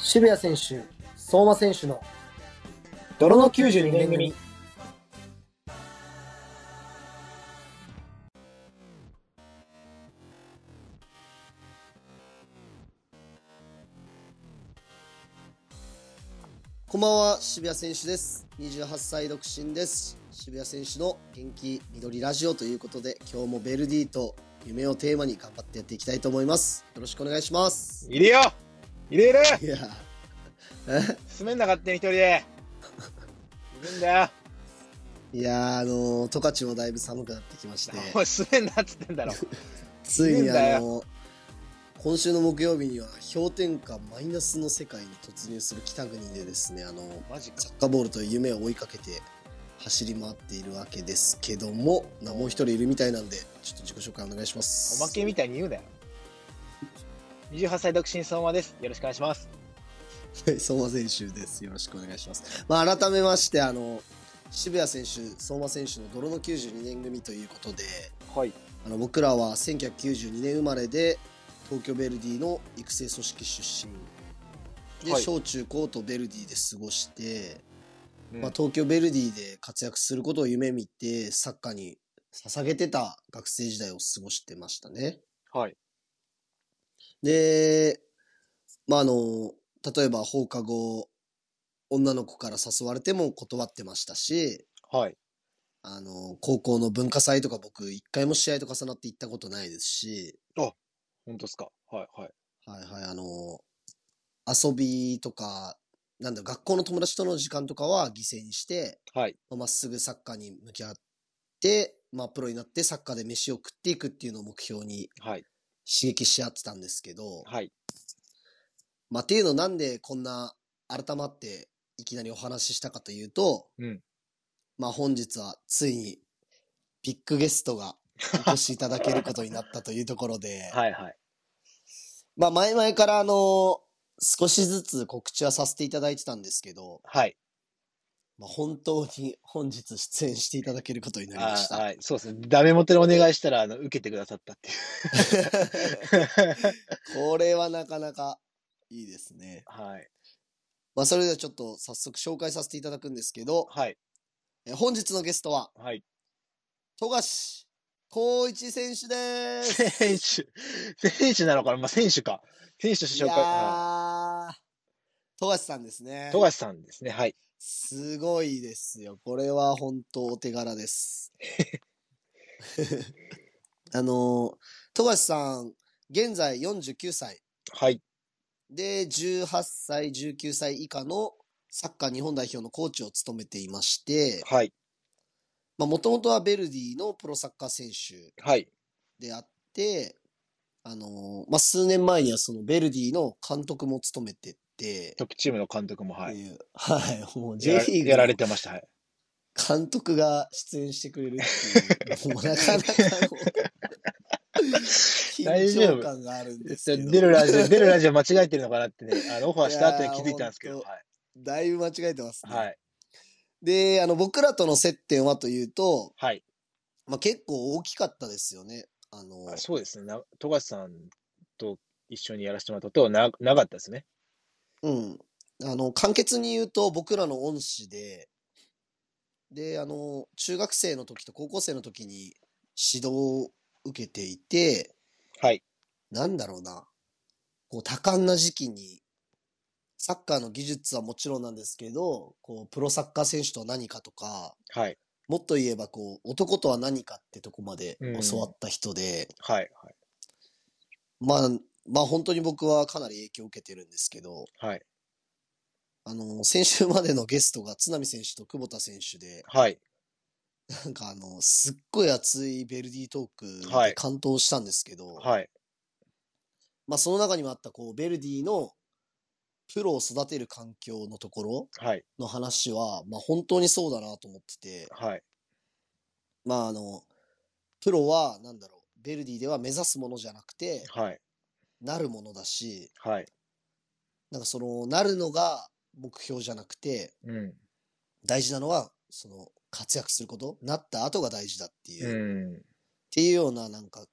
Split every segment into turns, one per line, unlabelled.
渋谷選手、相馬選手の
泥の92年組。
こんばんは、渋谷選手です。28歳独身です。渋谷選手の元気緑ラジオということで、今日もベルディと夢をテーマに頑張ってやっていきたいと思います。よろしくお願いします。
入れよう入れる
いや、
進めんな勝手に一人で。進めんだよ。
いやーあのー、十勝もだいぶ寒くなってきまして、
おい、進めんなっつってんだろ。
つい
いいん
にあ
だよ
のー、今週の木曜日には氷点下マイナスの世界に突入する北国でですね、あのー、
マジか
サ。ッカーボールという夢を追いかけて走り回っているわけですけども、なもう一人いるみたいなんで、ちょっと自己紹介お願いします。
おまけみたいに言うなよ。28歳独身相馬です。よろしくお願いします。
はい 相馬選手です。よろしくお願いします。まあ、改めまして、あの、渋谷選手、相馬選手の泥の92年組ということで、
はい。
あの僕らは1992年生まれで、東京ヴェルディの育成組織出身。で、
はい
小中高とヴェルディで過ごして、
うん
まあ、東京ヴェルディで活躍することを夢見て、サッカーに捧げてた学生時代を過ごしてましたね。
はい。
で、まあ、あの、例えば放課後、女の子から誘われても断ってましたし、
はい。
あの、高校の文化祭とか僕、一回も試合と重なって行ったことないですし、
本当っすか。はい、はい。
はいはい、あの、遊びとか、なんだろう、学校の友達との時間とかは犠牲にして、
はい。
まあまっすぐサッカーに向き合って、まあ、プロになってサッカーで飯を食っていくっていうのを目標に
はい。
刺激し合ってたんですけど、
はい。
まあ、っていうのなんでこんな改まっていきなりお話ししたかというと、
うん
まあ本日はついにビッグゲストがお越しいただけることになったというところで、
はい、はい。
まあ前々からあの少しずつ告知はさせていただいてたんですけど、
はい。
まあ、本当に本日出演していただけることになりま
あ
し
ー
た。
はい。そうですね。ダメ元でお願いしたら、あの、受けてくださったっていう。
これはなかなかいいですね。
はい。
まあそれではちょっと早速紹介させていただくんですけど、
はい。
え本日のゲストは
はい。
富樫光一選手です。
選手、選手なのかなまあ、選手か。選手とし
い
て
や
紹介。は
ー、富樫さんですね
い。富樫さんですね。はい。
すごいですよ。これは本当お手柄です。 あの、富樫さん、現在49歳
はい。
で、18歳、19歳以下のサッカー日本代表のコーチを務めていまして、
はい。
まあ、もともとはベルディのプロサッカー選手
はい。
であって、あのまあ、数年前にはそのベルディの監督も務めてて、
トップチームの監督も、は
っ
い。
ていうはい、もう J
やら
リー
やられ
グ
てました。はい。
の監督が出演してくれるっていう、もうなかなかの
大丈
緊張
夫
感があるんですけど、
出るラジオ、 出るラジオ間違えてるのかなってね、あの、オファーした後に気づいたんですけ
い
ど、
やー
はい。
だいぶ間違えてますね。
はい。
で、あの、僕らとの接点はというと、
はい。
まあ、結構大きかったですよね。あの、
あそうですね。な富樫さんと一緒にやらせてもらったと、な、なかったですね。
うん。あの、簡潔に言うと、僕らの恩師で、で、あの、中学生の時と高校生の時に指導を受けていて、
はい。
なんだろうな、こう、多感な時期に、サッカーの技術はもちろんなんですけど、こう、プロサッカー選手とは何かとか、
はい。
もっと言えば、こう、男とは何かってとこまで
うん
教わった人で、
はい。
まあ、まあ本当に僕はかなり影響を受けてるんですけど、
はい。
あの、先週までのゲストが津波選手と久保田選手で、
はい。
なんかあの、すっごい熱いベルディトーク
は
で
い
完投したんですけど、
はい。
まあその中にもあったこう、ベルディのプロを育てる環境のところ
はい。
の話は、まあ本当にそうだなと思ってて、
はい。
まああの、プロはなんだろう、ベルディでは目指すものじゃなくて、
はい。
なるものだし、
はい。
なんかその、なるのが目標じゃなくて、
うん。
大事なのは、その、活躍すること、なった後が大事だっていうう、っ
ん。
ていうような、なんか、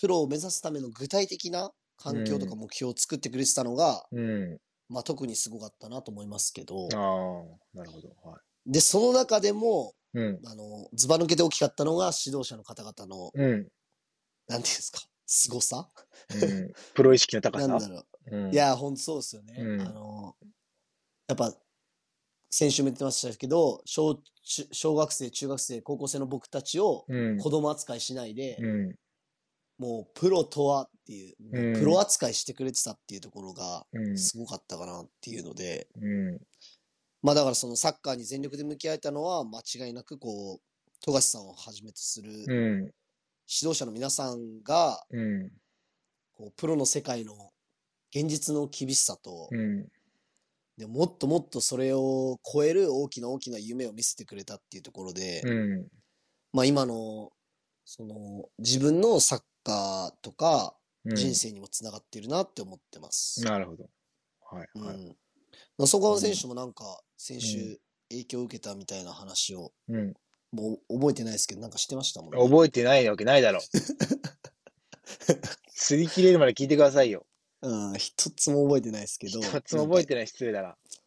プロを目指すための具体的な環境とか
うん
目標を作ってくれてたのが、
うん。
まあ特にすごかったなと思いますけど
あ、あ、なるほど。はい。
で、その中でも、
うん。
あの、ズバ抜けて大きかったのが指導者の方々の、
うん。
なんていうんですか、凄さ
うん、プロ意識の高
な
さ。
んだろう。
うん、
いや、ほんとそうですよね。
うん
あの、やっぱ、先週も言ってましたけど、小、中小学生、中学生、高校生の僕たちを
うん、
子供扱いしないで、
うん、
もうプロとはっていう、
うん
プロ扱いしてくれてたっていうところが、
うん、
すごかったかなっていうので、
うん、
まあだからそのサッカーに全力で向き合えたのは、間違いなくこう、富樫さんをはじめとする指
うん、
導者の皆さんが、
うん、
こうプロの世界の現実の厳しさと、
うん、
でもっともっとそれを超える大きな大きな夢を見せてくれたっていうところで、
うん、
まあ今の、その自分のサッカーとか
うん
人。生にもつながってるなって思ってます。
なるほど。はい、
うん
は
ま
い。
あそこの選手もなんか先
う
週影響を受けたみたいな話を、
うん、
もう覚えてないですけど、なんかしてましたもんね。
覚えてないわけないだろ う。すり切れるまで聞いてくださいよ。
うん、一つも覚えてないですけど。
一つも覚えてない失礼だな。
なんか
あ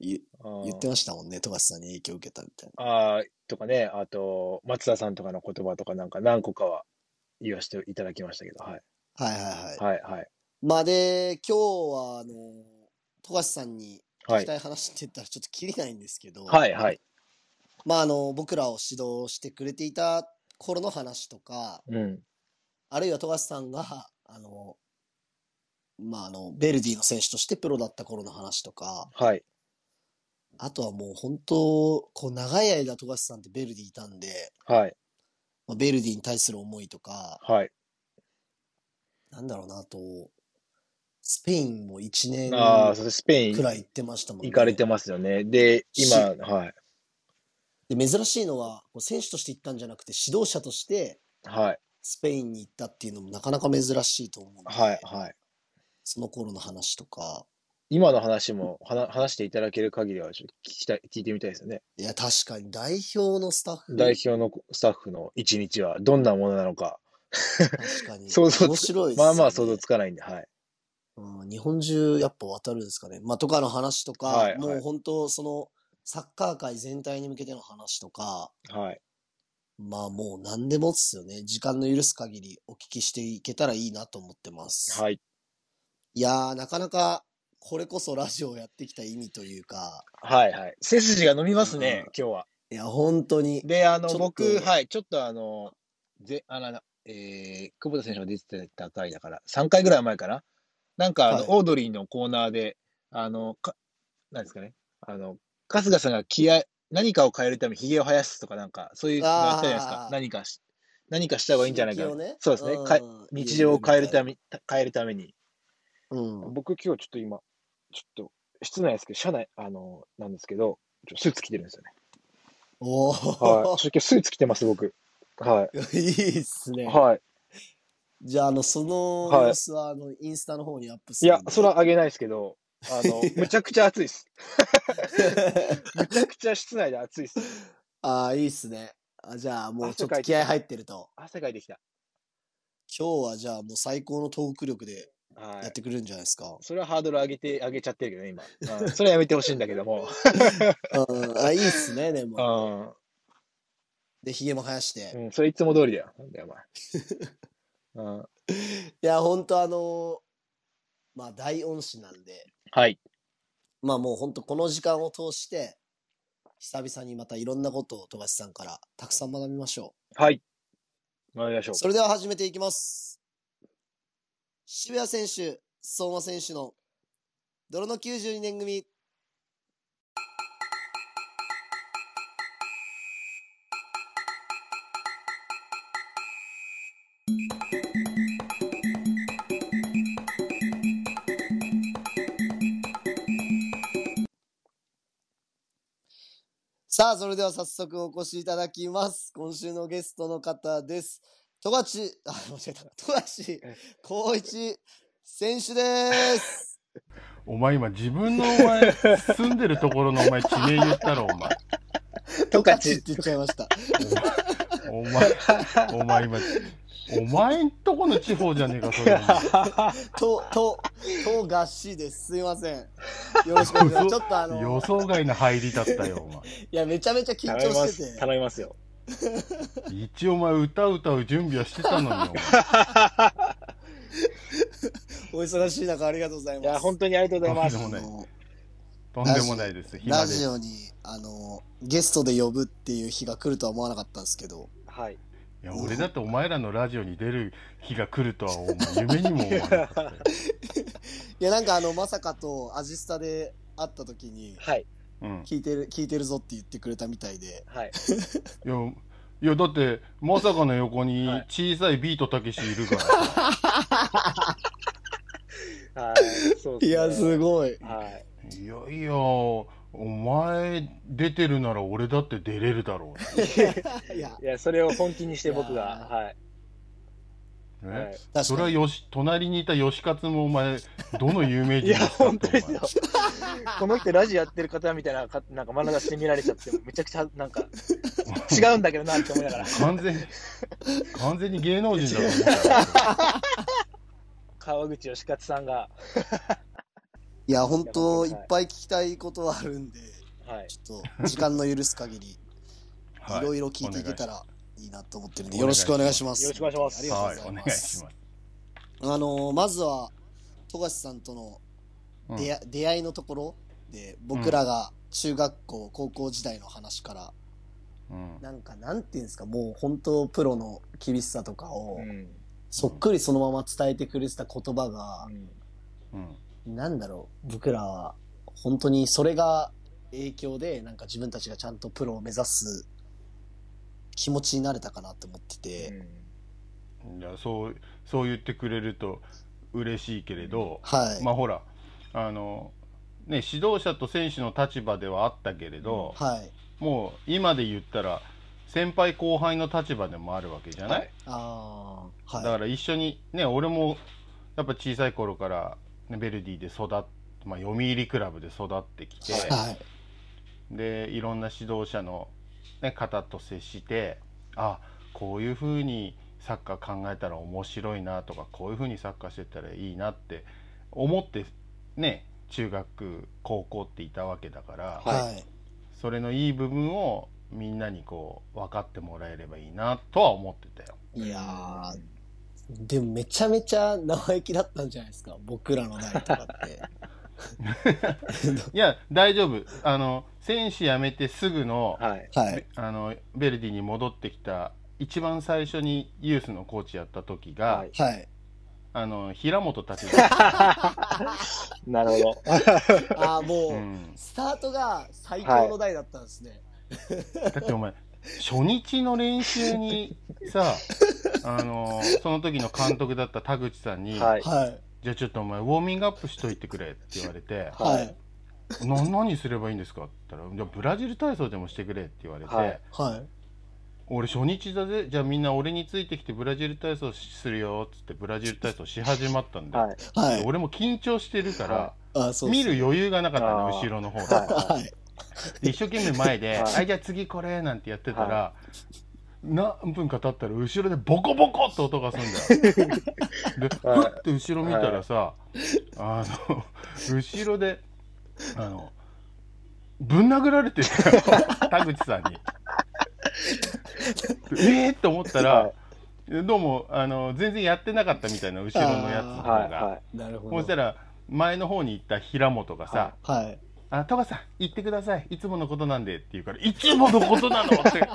言言ってましたもんね、富樫さんに影響を受けたみたいな。
あー、とかね、あと、松田さんとかの言葉とかなんか何個かは言わせていただきましたけど、はい、
はいはいはい。
はい、はい。
まあで、今日は、あの、富樫さんに聞
は
き
い、
たい話って言ったらちょっときりないんですけど、
はい、はい。
まああの、僕らを指導してくれていた頃の話とか、
うん、
あるいは富樫さんが、あの、まああの、ベルディの選手としてプロだった頃の話とか、
はい、
あとはもう本当、こう長い間富樫さんってベルディいたんで、
はい、
まあ、ベルディに対する思いとか、
はい。
なんだろうな、あと、スペインも1年
ああ、それスペイン
くらい行ってましたもんね。
行かれてますよね。で、今、はい、
で珍しいのはこう選手として行ったんじゃなくて指導者として
はい。
スペインに行ったっていうのもなかなか珍しいと思うんで、
はいはい。
その頃の話とか
今の話もはな話していただける限りはちょっと聞きたい、聞いてみたいですよね。
いや確かに代表のスタッフ
代表のスタッフの一日はどんなものなのか、
確かに
想像つ
面白いですよ
ま
ね
あまあ想像つかないんで、はい。
うん、日本中やっぱ渡るんですかね、まあ、とかの話とか、
はいはい
もう本当そのサッカー界全体に向けての話とか
はい。
まあもう何でもっすよね時間の許す限りお聞きしていけたらいいなと思ってます、
はい。
い、やーなかなかこれこそラジオをやってきた意味というか
はいはい。背筋が伸びますね、
うん
今日は。
いや本当に
で、あの
ちょっ、と
僕、はい、ちょっとあの、ぜあのえー、久保田選手が出てた回だから、3回ぐらい前かな。なんか、あの
はい
オードリーのコーナーで、あの、かなんですかね、あの、春日さんが気合い、何かを変えるためにひげを生やすとか、なんか、そういうのやったじゃないです
あ
か
ー。
何かし、何かした方がいいんじゃないか
刺激をね
そうですね。
ん
か日常を変えるため、変えるために。
うん。
僕、今日ちょっと今、ちょっと、室内ですけど、車内、あの、なんですけど、ちょっとスーツ着てるんですよね。
お
は
お
い。、ちょっと今日スーツ着てます、僕。は い。
いいっすね。
はい。
じゃあ、あの、その
はい
様子は、あの、インスタの方にアップす
い
るん
や
で。、
それはあげないですけど、あの、むちゃくちゃ暑いです。むちゃくちゃ室内で暑いです。
ああ、いいっすね。あじゃあ、もうちょっと
汗かいて
気合入ってると。
汗かいてきた。
今日は、じゃあ、もう最高のトーク力で
は
やっ
い。
てくれるんじゃないですか。
それはハードル上げて、上げちゃってるけどね、今。うんそれはやめてほしいんだけども。
うん、あいいっすね、で
う
も。
ん
で、ヒゲも生やして。い
うん。それいつも通りだよ。な んだよ、お前。うん。
や、ほんと、あの、まあ、大恩師なんで、
はい。
まあ、もうほんと、この時間を通して、久々にまたいろんなことを富樫さんからたくさん学びましょう。
はい。参りましょう。
それでは始めていきます。渋谷選手、相馬選手の泥の92年組。さあ、それでは早速お越しいただきます。今週のゲストの方です。富樫、あ、間違えた。富樫光一選手 です。
お前今自分のお前住んでるところのお前地名言ったろお前
トカ
チっ
チ
て。言っちゃいました。
お前、お前今、お前んとこの地方じゃねえか、それ。
と、と、とがっしです。すいません。よろしくお願いします。ちょっとあ
予
の、
想外の入りだったよ、
い
お
や、めちゃめちゃ緊張
頼みま
して
す。
て。
頼みますよ。
前。一応お前歌う歌う準備はしてたのに、
お忙しい中、ありがとうござい
い
ます。
や、本当にありがとうございます。
とん
あの
でもないお前。とんでもないです。暇
ラ
で
ジ
す。
オに、あの、ゲストで呼ぶっていう日が来るとは思わなかったんですけど。
はい。
いや、俺だってお前らのラジオに出る日が来るとは、お前、夢にも思わなかったよ。
いや、なんかあの、まさかとアジスタで会った時に、
はい。
うん。
聞いてる、聞いてるぞって言ってくれたみたいで。
はい。
いや、いやだって、まさかの横に
はい
小さいビートたけしいるからさ。
はい。そうっ
い
ね
や、すごい。
はい。
いやいや、お前出てるなら俺だって出れるだろう。
いや、
いや、それを本気にして僕が、はい。
ね
はい
確
そ
か
れは
に。
よし隣にいた吉勝もお前どの有名人ですかってお前
いや本当ですこの人ラジオやってる方みたいな、かなんか眼差しで見られちゃって、めちゃくちゃ、なんか、違うんだけどなって思いながら。
完全に完全に芸能人だと思ったよ
川口義勝さんが、
いや、本当いっぱい聞きたいことはあるんで、
はい。
ちょっと、 時間の許す限り、
はい
ろいろ聞いていけたらいいなと思ってるんで、よろしくお
お
願
願
い
い
し
し
ます。
よろしくお願いします
ありがとう
は
ご
い
ざ
お
い
願
ま
いし
す。
ます
あのーまずは、富樫さんとの
うん
出会,、出会いのところで、僕らが中学校、高校時代の話から、
うん
なんか、なんていうんですか、もう本当プロの厳しさとかを、
うん。
そっくりそのまま伝えてくれてた言葉が
う、ん
うん
なんだろう、僕らは、本当にそれが影響で、なんか自分たちがちゃんとプロを目指す気持ちになれたかなと思ってて、
いやそうそう言ってくれると嬉しいけれど、
はい。
まあほらあのね指導者と選手の立場ではあったけれど、
はい。
もう今で言ったら先輩後輩の立場でもあるわけじゃない、
はい
ああ、はい。
だから一緒にね俺もやっぱ小さい頃から、ね、ベルディで育っまあ、読売クラブで育ってきて、
ら
はい。
でいろんな指導者の、ね、方と接してあこういうふうにサッカー考えたら面白いなとかこういうふうにサッカーしてったらいいなって思ってね中学高校っていたわけだから、
は
はい。
それのいい部分をみんなにこう分かってもらえればいいなとは思ってたよ。
いやー、でもめちゃめちゃ生意気だったんじゃないですか。僕らの代とか って。
いや大丈夫あの選手辞めてすぐの、
はい。
はい。
あのベルディに戻ってきた一番最初にユースのコーチやった時が、
はい
はい。
あの平本達治、
なるほど。
ああ、もう、
うん、
スタートが最高の代だったんですね。
だってお前初日の練習にさあのその時の監督だった田口さんに、
はい。
はい。
じゃあちょっとお前ウォーミングアップしといてくれ」って言われて
は
はいい。
「な何すればいいんですか?」って言ったら「じゃあブラジル体操でもしてくれ」って言われて。
はい
はい。
俺初日だぜじゃあみんな俺についてきてブラジル体操するよっつってブラジル体操し始まったんで、
はい。
はい。
俺も緊張してるから、
は
あそうっす
見る余裕がなかったの
あー
後ろの方で
はい
はい。
で一生懸命前で「
はい
はいじゃあ次これ」なんてやってたら、何分か経ったら後ろでボコボコって音がするんだよ。でふ
はい
って後ろ見たらさ、あの後ろであのぶん殴られてたよ田口さん に。でえー、と思ったら、
は
どうもあの全然やってなかったみたいな後ろのやつの方が、
はい。は
なるほ
そした
ど。
ら前の方に行った平本がさ、
は
はい。
あ、トガさん、行ってください。いつものことなんでって言うから、いつものことなのって。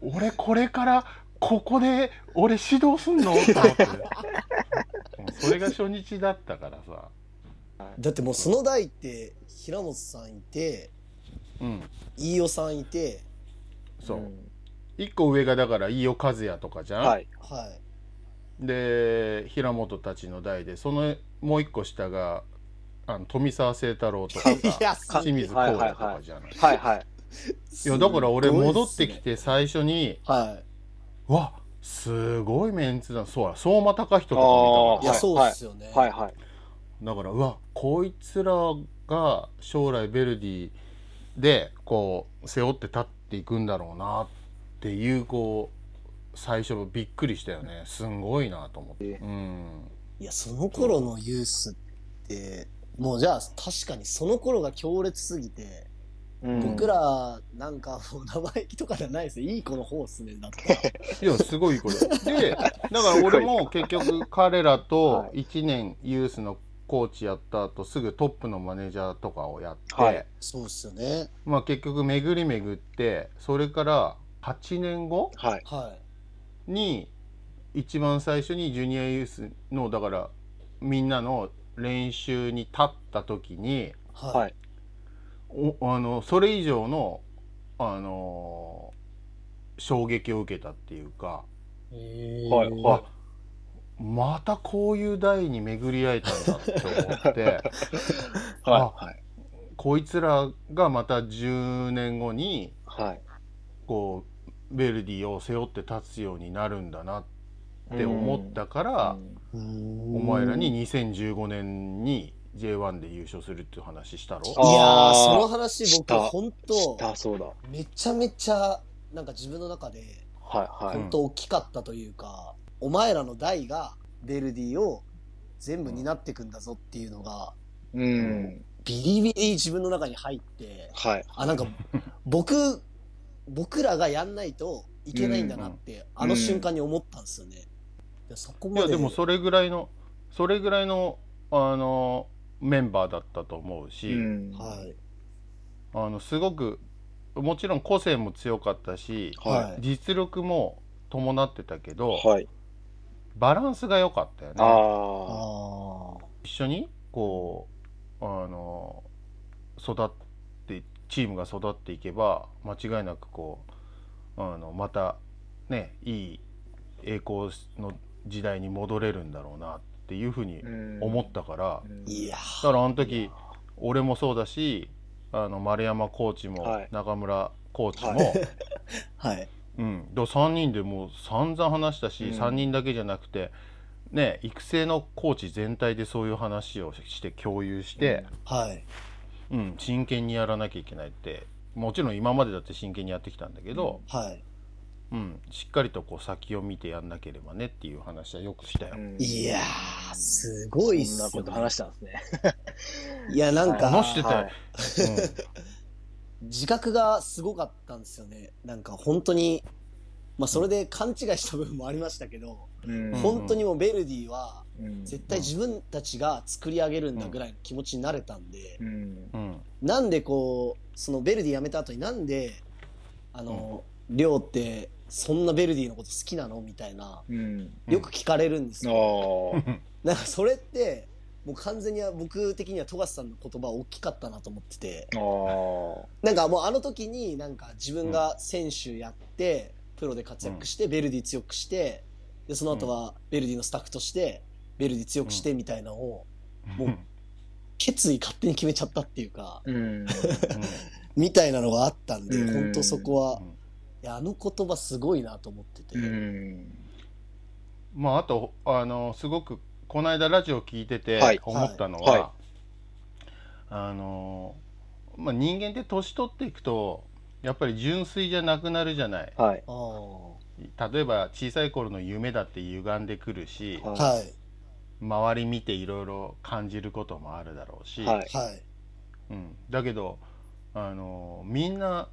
俺、これから、ここで、俺指導すんのと思って。うんそれが初日だったからさ。
だってもうその代って、平本さんいて、
うん。
飯尾さんいて、
い。
そう。
ん
一個上がだから、飯尾和也とかじゃん。
はい。
はい。
で、平本たちの代で、その、もう一個下が、あの富澤清太郎とか
いや
さ、
すごい
清水光也とかじゃない。
はい。はい。
いや、だから俺戻ってき
す
て最初
ご
に、
いっすね。はい。
わすごいメンツだそうだ相馬貴人とかもい
いや、
たか
あ
そうっすよね。
はい。はい。
らだからうわこいつらが将来ベルディでこう背負って立っていくんだろうなっていうこう最初びっくりしたよねすんごいなと思って、うん、
いや、その頃のユースって、もうじゃあ確かにその頃が強烈すぎて、
うん
僕らなんかもう生意気とかじゃないですよ。いい子の方っすね、だって。
いやすごいこれでだから俺も結局彼らと1年ユースのコーチやった後すぐトップのマネージャーとかをやって、
はい
そうっすよね。
まあ結局巡り巡ってそれから8年後
はい。
は
に一番最初にジュニアユースのだからみんなの練習に立った時に
い。は
はい
おあのそれ以上のあのー衝撃を受けたっていうか
えー
はいは
またこういう台に巡り合えたんだって思って
はい。はい。
こいつらがまた10年後に
はい。
こうヴェルディを背負って立つようになるんだなって思ったから。
うん
うーん
お前らに2015年に J1 で優勝するっていう話したろ
いやー、
あー
その話僕
した
本
し
当、
たそうだ。
めちゃめちゃ、なんか自分の中で、
はいはい。
うん
本当大きかったというか、お前らの代がベルディを全部担ってくんだぞっていうのが、
うん。
ビリビリ自分の中に入って、
はい。
あ、なんか僕、僕らがやんないといけないんだなって、あの瞬間に思ったんですよね。いやそこ
い
まで。
やでもそれぐらいのそれぐらいのあのメンバーだったと思う
う
し、
ん。
はい。
あのすごくもちろん個性も強かったし、
は
実力も伴ってたけど、
い。はい。
バランスが良かったよ
あ
ね
あ
あ。
あ。
一緒にこうあの育ってチームが育っていけば間違いなくこうあのまたねいい栄光の時代に戻れるんだろうなっていうふうに思ったから、
うん。
いや
だからあの時俺もそうだしあの丸山コーチ
は
も
い
中村コーチも、
は
はい。
うん、だ3人でもう散々話したし、
うん
3人だけじゃなくて、ね、育成のコーチ全体でそういう話をして共有して、
はい。
うん真剣にやらなきゃいけないってもちろん今までだって真剣にやってきたんだけど、
はい。
うんしっかりとこう先を見てやんなければねっていう話はよくしたよ。
うん
いやー、すごいっす
そん
よ
なこと話したんですね。
いや、なんか、
話してた
は
よ、
い
自覚がすごかったんですよね。なんか本当に、まあそれで勘違いした部分もありましたけど、
うん
本当にもうベルディは
うん
絶対自分たちが作り上げるんだぐらいの気持ちになれたんで、
うん
うんうん
なんでこう、そのベルディ辞めた後になんで、あの、りょうってそんなベルディのこと好きなのみたいな、
うん。
よく聞かれるんです
あ
よ。
あ。
なんかそれって、もう完全に僕的には富樫さんの言葉大きかったなと思ってて、
ああ。
なんかもうあの時になんか自分が選手やって、プロで活躍して、ベルディ強くして、で、その後はベルディのスタッフとして、ベルディ強くしてみたいなのを、もう決意勝手に決めちゃったっていうか、
うん。
みたいなのがあったんで、
うん
本当そこは
うん、
いやあの言葉すごいなと思ってて。
うん。
まああとあのすごくこの間ラジオ聞いてて
はい
思ったのは、
はいはい
あのまあ人間って年取っていくとやっぱり純粋じゃなくなるじゃない
はい。
ああ
例えば小さい頃の夢だって歪んでくるし
は
はい、
周り見ていろいろ感じることもあるだろうし、
い。はい。
はい。
うん、だけどあのみんな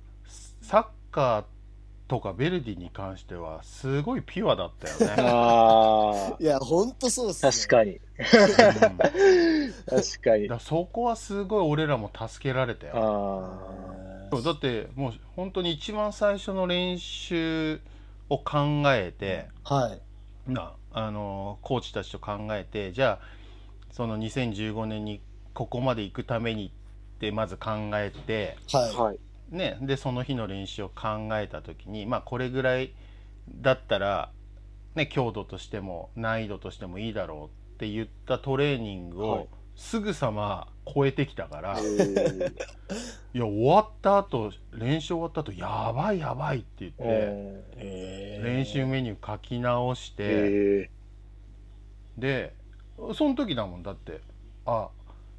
サッカーとかベルディに関してはすごいピュアだったよ ね。
あ
いや、本当そうっす
あ。
ね。
確かに。
うん
確かに。
だそこはすごい俺らも助けられたよ
あ
そうだってもう本当に一番最初の練習を考えて、
はい。
なあのコーチたちと考えてじゃあその2015年にここまで行くためにってまず考えて、
あ。
はい。
はい。
ね、でその日の練習を考えた時に、まあ、これぐらいだったら、ね、強度としても難易度としてもいいだろうって言ったトレーニング
はい
をすぐさま超えてきたから。
うん
いや終わった後練習終わった後やばいやばいって言って、練習メニュー書き直して、
え
でその時だもんだってあ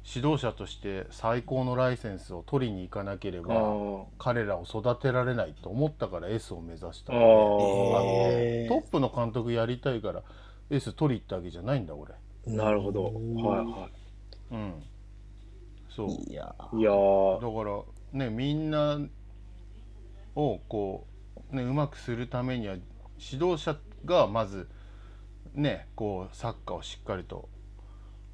指導者として最高のライセンスを取りに行かなければ彼らを育てられないと思ったから S を目指したので
え
トップの監督やりたいから S 取り行ったわけじゃないんだ俺
なるほど。はいは
うんそう
いや
い。いや
だ
ー
からねみんなをこうねうまくするためには指導者がまずねこうサッカーをしっかりと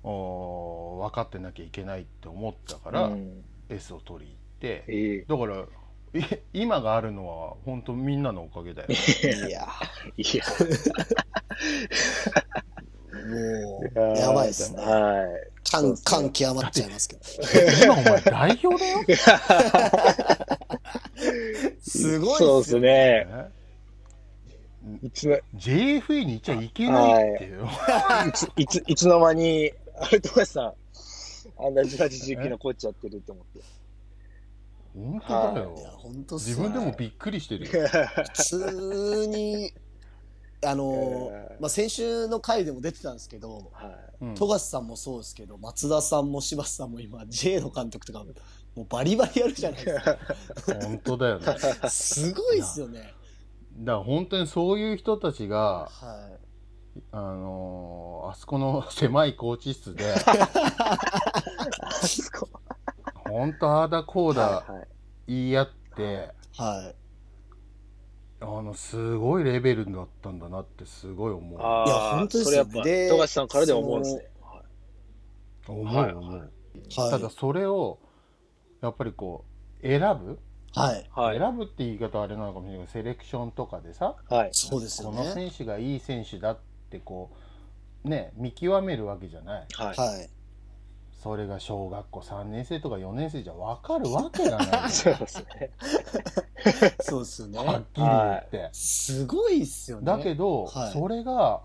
おー分かってなきゃいけないって思ったから、
うん、
S を取り入って
え
だからい今があるのは本当みんなのおかげだよ
いや
えいや
もうやばいですね
は
感感極まっちゃいますけど
今お前代表だよ、
い。
すごいっす
そう
よ
ですね。
ね、
いつの
JFA にいちゃいけないっていう、
いついついつの間に、あれ、高橋さん、あんな18、19残っちゃってると思って。
本当だ
いや
よ
本当っす
自
よ
分でもびっくりしてるよ
普通にあのまあ、先週の回でも出てたんですけど
はい
うん
富樫さんもそうですけど松田さんも柴田さんも今 J の監督とかもうバリバリやるじゃないですか
本当だよね。だか
すごいっすよね
ら本当にそういう人たちが、
は
あのーあそこの 狭いコー チ室で、本当ああだこうだ
はいはい
言い合って、
いはい
あの、すごいレベルだったんだなってすごい思う。
いや
ああ、
本当ですよ
それやっぱ、
で
富樫さんからでも思うんですね。
思
はいはいう
思う。
はい
ただそれを、やっぱりこう、選ぶ、
はい
はい。
選ぶって言い方はあれなのかもしれないけど、セレクションとかでさ、
はい。
そうですよ
こ
ね
の選手がいい選手だってこう、ね、見極めるわけじゃない。
はい。
はい
それが小学校3年生とか4年生じゃ分かるわけがない。
そうですね。
そうですよ
はっ
ね
きり言って、
すごいっすよね
だけど、
はい
それが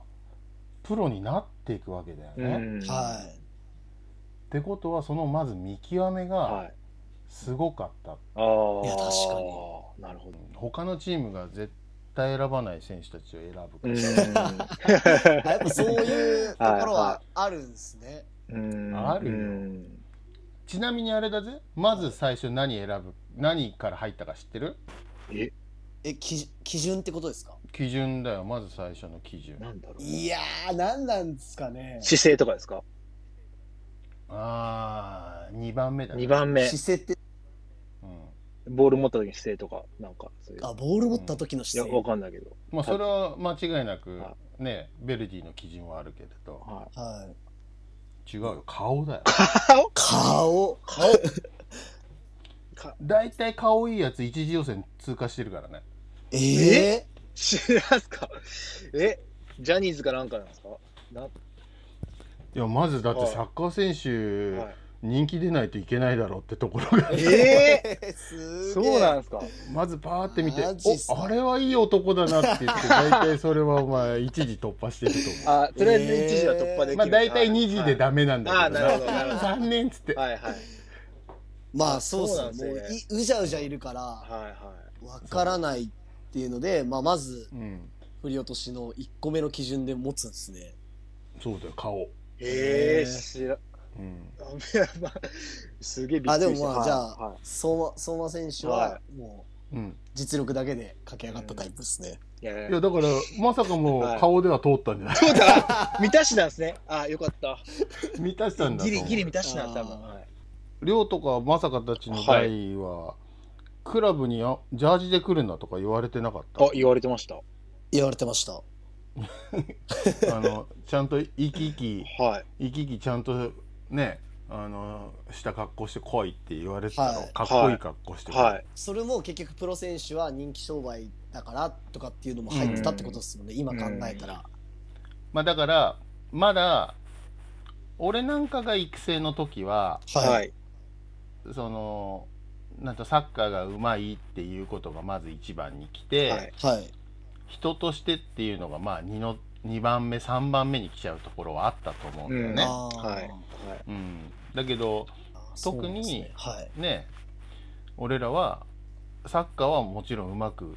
プロになっていくわけだよね、っ
ん
は
てことはそのまず見極め
は
が
い。
すごかった、
ああ。
いや確か
に。なるほど。
他のチームが絶対選ばない選手たちを選ぶから、
いあやっぱそういうところはあるんですね
うん
あるよ
うん
ちなみにあれだぜまず最初何選ぶ何から入ったか知ってる
え、
えき基準ってことですか
基準だよまず最初の基準
なんだろう。
いやー何なんですかね
姿勢とかですか
ああ2番目だね
?2 番目。
姿勢って
うん
ボール持った時に姿勢とか、なんか、そういう。
あボール持った時の
いや、
姿勢
わかんないけど。
まあそれは間違いなく
は
ねベルディの基準はあるけれど
は
はい
違うよ顔だよ
顔顔
い。か
大体顔いいやつ一次予選通過してるからね
ええ
え 知らんすかえ、ジャニーズかなんかなんですかな、
いやまずだって
はい
サッカー選手、
はい、
人気出ないといけないだろうってところが
え
えすげえ
そうなんですか
まずパーって見て
マジっすか
おあれはいい男だなって言って大体それはお前一時突破してる と思
あ、とりあえず1時は突破でき
う
る。
まあ大体二時で
だ
ダメなんだけど,、
あーなるほどなるほど
残念っつって、
はいはい。
まあそうっすよ
そうなん
もう
です
い、うじゃうじゃいるから
はいはい。
わからないっていうので、まあ、まず
うん
振り落としの1個目の基準で持つんですね
そうだよ顔、
え
えー
ー、知ら、
うん、
あいやまあ すげえびっ
あ
く
で
り
も
した。
まあじゃ
はいは
あ相馬相馬選手は
は
もう
うん、
実力だけで駆け上がったタイプですね、
い、いやい
いや
や
だからまさかもう顔では通ったんじゃない
そう だ満たしなんですね。あ、よかった。
満たしたんだと
ギ
思う
リギリ満たしなんだ、多
あ
分。
ー
はい
亮とかまさかたちの代は、クラブにあジャージで来るんだとか言われてなかった
あ、言われてました。
言われてました
あのちゃんと生き生き
はい。
生き生きちゃんとねあのした格好して来いって言われてたの、
はい
かっこいい格好して、
はい。
それも結局プロ選手は人気商売だからとかっていうのも入ってたってことですもんね、今考えたら、
まあ、だからまだ俺なんかが育成の時は
は
はい
い。
そのなんとサッカーがうまいっていうことがまず一番に来て、
はい
はい
人としてっていうのがまあ 2, の2番目3番目に来ちゃうところはあったと思うんだよね。
あー
はいはい
うん、だけど
あー
特に
そうなんですねはい
ね俺らはサッカーはもちろんうまく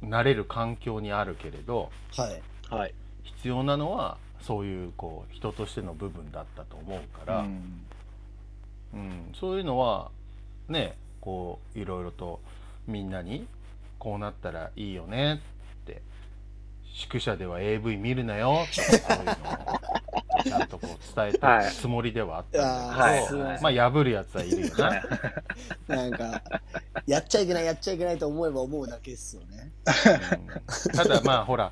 なれる環境にあるけれど
はい
はい。
必要なのはそういうこう人としての部分だったと思うから、
うん
うん、そういうのはねこういろいろとみんなにこうなったらいいよねって宿舎では AV 見るなよってそういうのをちゃんとこう伝えた
はい
つもりではあったんだ
はい
けど、
はい
まあ破るやつはいるよな。
なんか、 やっちゃいけない、やっちゃいけないと思えば思うだけですよね。
うんただまあほら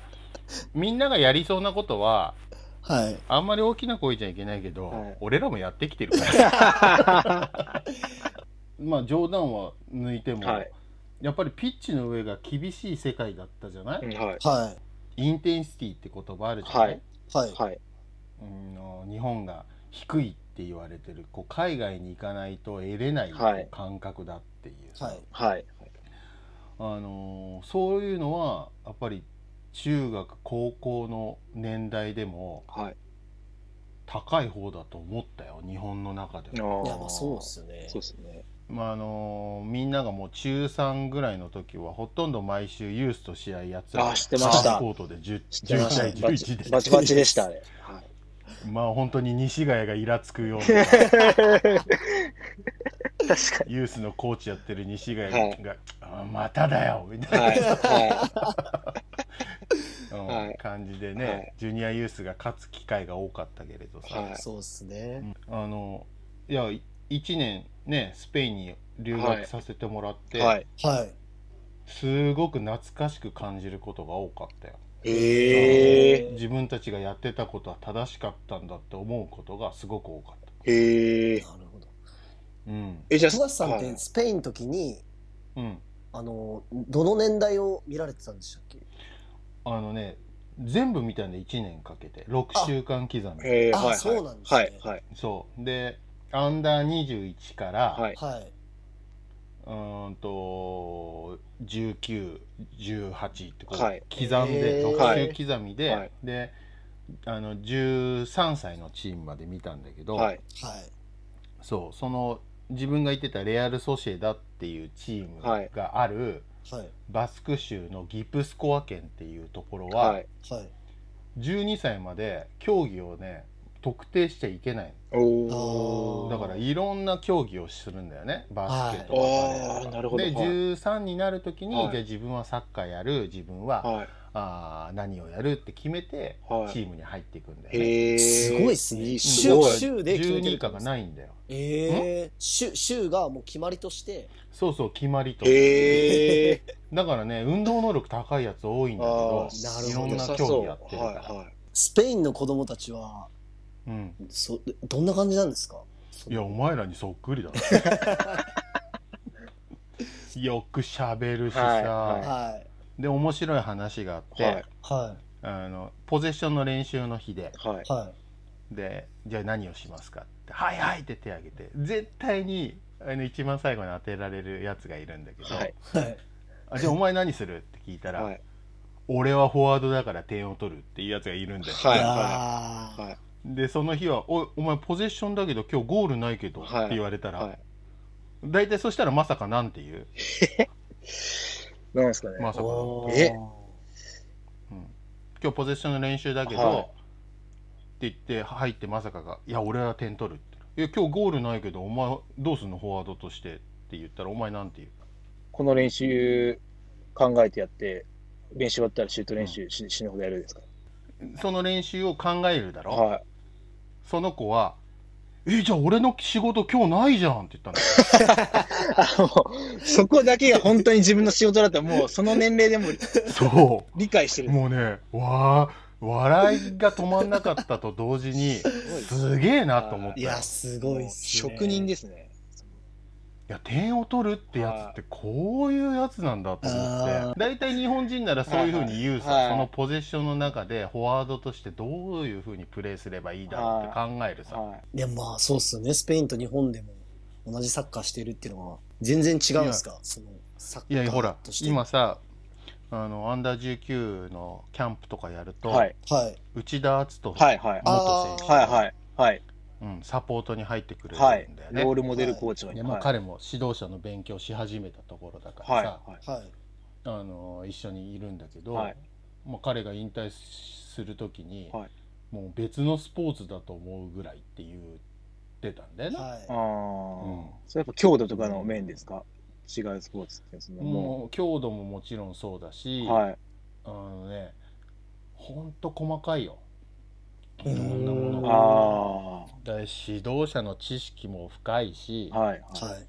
みんながやりそうなことは
はい。
あんまり大きな声じゃいけないけど、
はい
俺らもやってきてるから。 まあ冗談は抜いても、
はい
やっぱりピッチの上が厳しい世界だったじゃない、
うん はい。
は
インテンシティって言葉あるじゃない、
は
い。は
い
い。
はい。
うんの日本が低いって言われてるこう海外に行かないと得れない
はい
感覚だっていう、
はい。
はい。
あのーそういうのはやっぱり中学高校の年代でも
はい。
高い方だと思ったよ日本の中では。
い
い
や、まあそうっすよね
そ。うですね。
まああのーみんながもう中3ぐらいの時はほとんど毎週ユースと試合やって
あー知ってました
ハーフコートで 10,
知ってました
対
バチ
11で
バチバチでした、あれ。はい。
まあ本当に西ヶ谷がイラつくよう な
確か
ユースのコーチやってる西ヶ谷が「あーまただよ」みたいな、
はい。は
うん
はい
感じでね、
はい
ジュニアユースが勝つ機会が多かったけれどさ、
はい
そうっすね。
あのいや1年ねスペインに留
はい
学させてもらって、
い。はい。
はい。
すごく懐かしく感じることが多かったよ。
へえ。
自分たちがやってたことは正しかったんだって思うことがすごく多かった。
へえ。
なるほど。
うん
え、じゃあ、
富樫さんっ
は
て
い
スペインの時に、
うん、
あの、どの年代を見られてたんでしたっけ
あのね全部見たんで1年かけて6週間刻み
へえ、
あ
はい。
そうなんですね
はい。はい。
そうでアンダー21から、
はい。
はい。
うーんと1918ってこう、
はい
刻んで
へー
6週刻みで、
はい
であの13歳のチームまで見たんだけど、
はい。
はい。
そうその自分がいてたレアル・ソシエダっていうチーム
はい
がある、
はい。
バスク州のギプスコア県っていうところは、
はい。
はい。
12歳まで競技をね特定しちゃいけない
お
あ
お。
ー
だからいろんな競技をするんだよねバスケとか、
ああ、なるほど。
で
はい
13になる時に、
はい
じゃあ自分はサッカーやる自分は、
はい。
あー何をやるって決めて
はい
チームに入っていくんだよね、
へえ。
すごいっすね
いい
週
すごい。
週で決めて
12
る
以下がないんだよ
ええ。州、州がもう決まりとして、
そうそう決まりと
へえ。
だからね運動能力高いやつ多いんだけど
あ
ーなる
い
ほ
ろ
ど
んな競技やってるから、
はいはい。
スペインの子供たちは、
うん、
そ、どんな感じなんですか
いやお前らにそっくりだ なよくしゃべるしさ、
はいは
はい。
で面白い話があって、
はい
は
あのポゼッションの練習の日で
はい
い。。はい。
でじゃあ何をしますかって「はいはい」って手挙げて絶対にあの一番最後に当てられるやつがいるんだけど「
はい
はい。
あじゃあお前何する?」って聞いたら、
はい。
俺はフォワードだから点を取る」っていうやつがいるんだよ、
はい
あー
はい。
でその日は「おお前ポゼッションだけど今日ゴールないけど」っ
はい
て言われたら、
はい。
大体そしたらまさかなんて言う
なんですかね。
まさかなんて
おー
え
うん今日ポゼッションの練習だけど、
はい
って言って入ってまさかが「いや俺は点取る」って「いや今日ゴールないけどお前どうすんのフォワードとして」って言ったら「お前なんて言う?
この練習考えてやって、練習終わったらシュート練習し死ぬほどやるですか。」
その練習を考えるだろ、
は
その子は「えじゃあ俺の仕事今日ないじゃん」って言ったの
い。あもうそこだけが本当に自分の仕事だったら、もうその年齢でも
そ
理解して
う
る。
もうねわー笑いが止まんなかったと同時にすげえなと思った
い
よ
や、すごいっすね。
職人ですね。
いや点を取るってやつってこういうやつなんだと思
あ
って大体日本人ならそういうふうに言うさ、
はいはい
そのポゼッションの中でフォワードとしてどういうふうにプレーすればいいだろうって考えるさ、
はい
や、まあ、そうっすよね。スペインと日本でも同じサッカーしてるっていうのは、全然違うんですかその、サッカー
い、やいやほら
として。
今さあのアンダー19のキャンプとかやると、
い。はい。
はい。
内田篤人
はい。はい。
あ
元選手
ー
が
はい。はい。はい。
うん、サポートに入ってくれる
はい
んだよ。ね、
ロールモデルコーチの
でまあ、
はい。
彼も指導者の勉強し始めたところだからさ、
はい。はい
はい。
あの一緒にいるんだけど、
はい
もう彼が引退する時に、
はい
もう別のスポーツだと思うぐらいって言っってたんだよな、
はい
ああ、
うん
それやっぱ強度とかの面ですか違うスポーツってそのも
もう強度ももちろんそうだ
う、
し、
はい。
あのねほんと細かいよ
うー
いろんなもの
あ
ん
が
あ、は
だし指導者の知識も深いし
い、はい。
はい。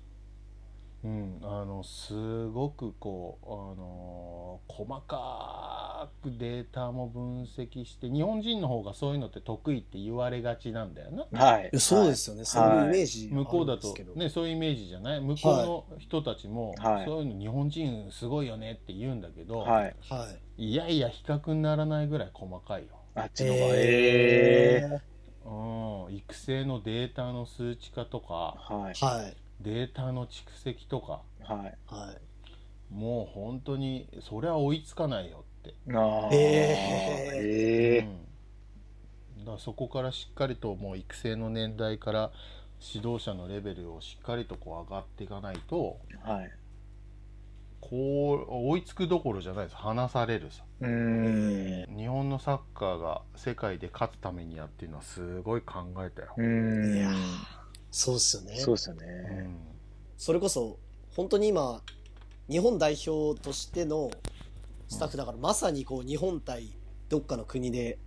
うん、あのすごくこう、あの細かくデータも分析して日本人の方がそういうのって得意って言われがちなんだよな。
はい
いやそうですよね。そういうイメージ。
向こうだ
あるんです
と
けど
ねそういうイメージじゃない向こうの人たちも、
はい
そういうの日本人すごいよねって言うんだけど、
はい。
はい。
い、やいや比較にならないぐらい細かいよ。
あっちの方が、ええ
うん、育成のデータの数値化とか
はい。
はい。
データの蓄積とか
はい。
はい。
もう本当にそれは追いつかないよって。
ああ、
え
ええ
うん、だからそこからしっかりともう育成の年代から指導者のレベルをしっかりとこう上がっていかないと
はい。
こう追いつくどころじゃないです離されるさ
うーん。う
日本のサッカーが世界で勝つためにやっていうのはすごい考えたよ、
ーん。
いやそうですよね。
そうですよ
う
ね。
ん
それこそ本当に今日本代表としてのスタッフだから、まさにこう日本対どっかの国で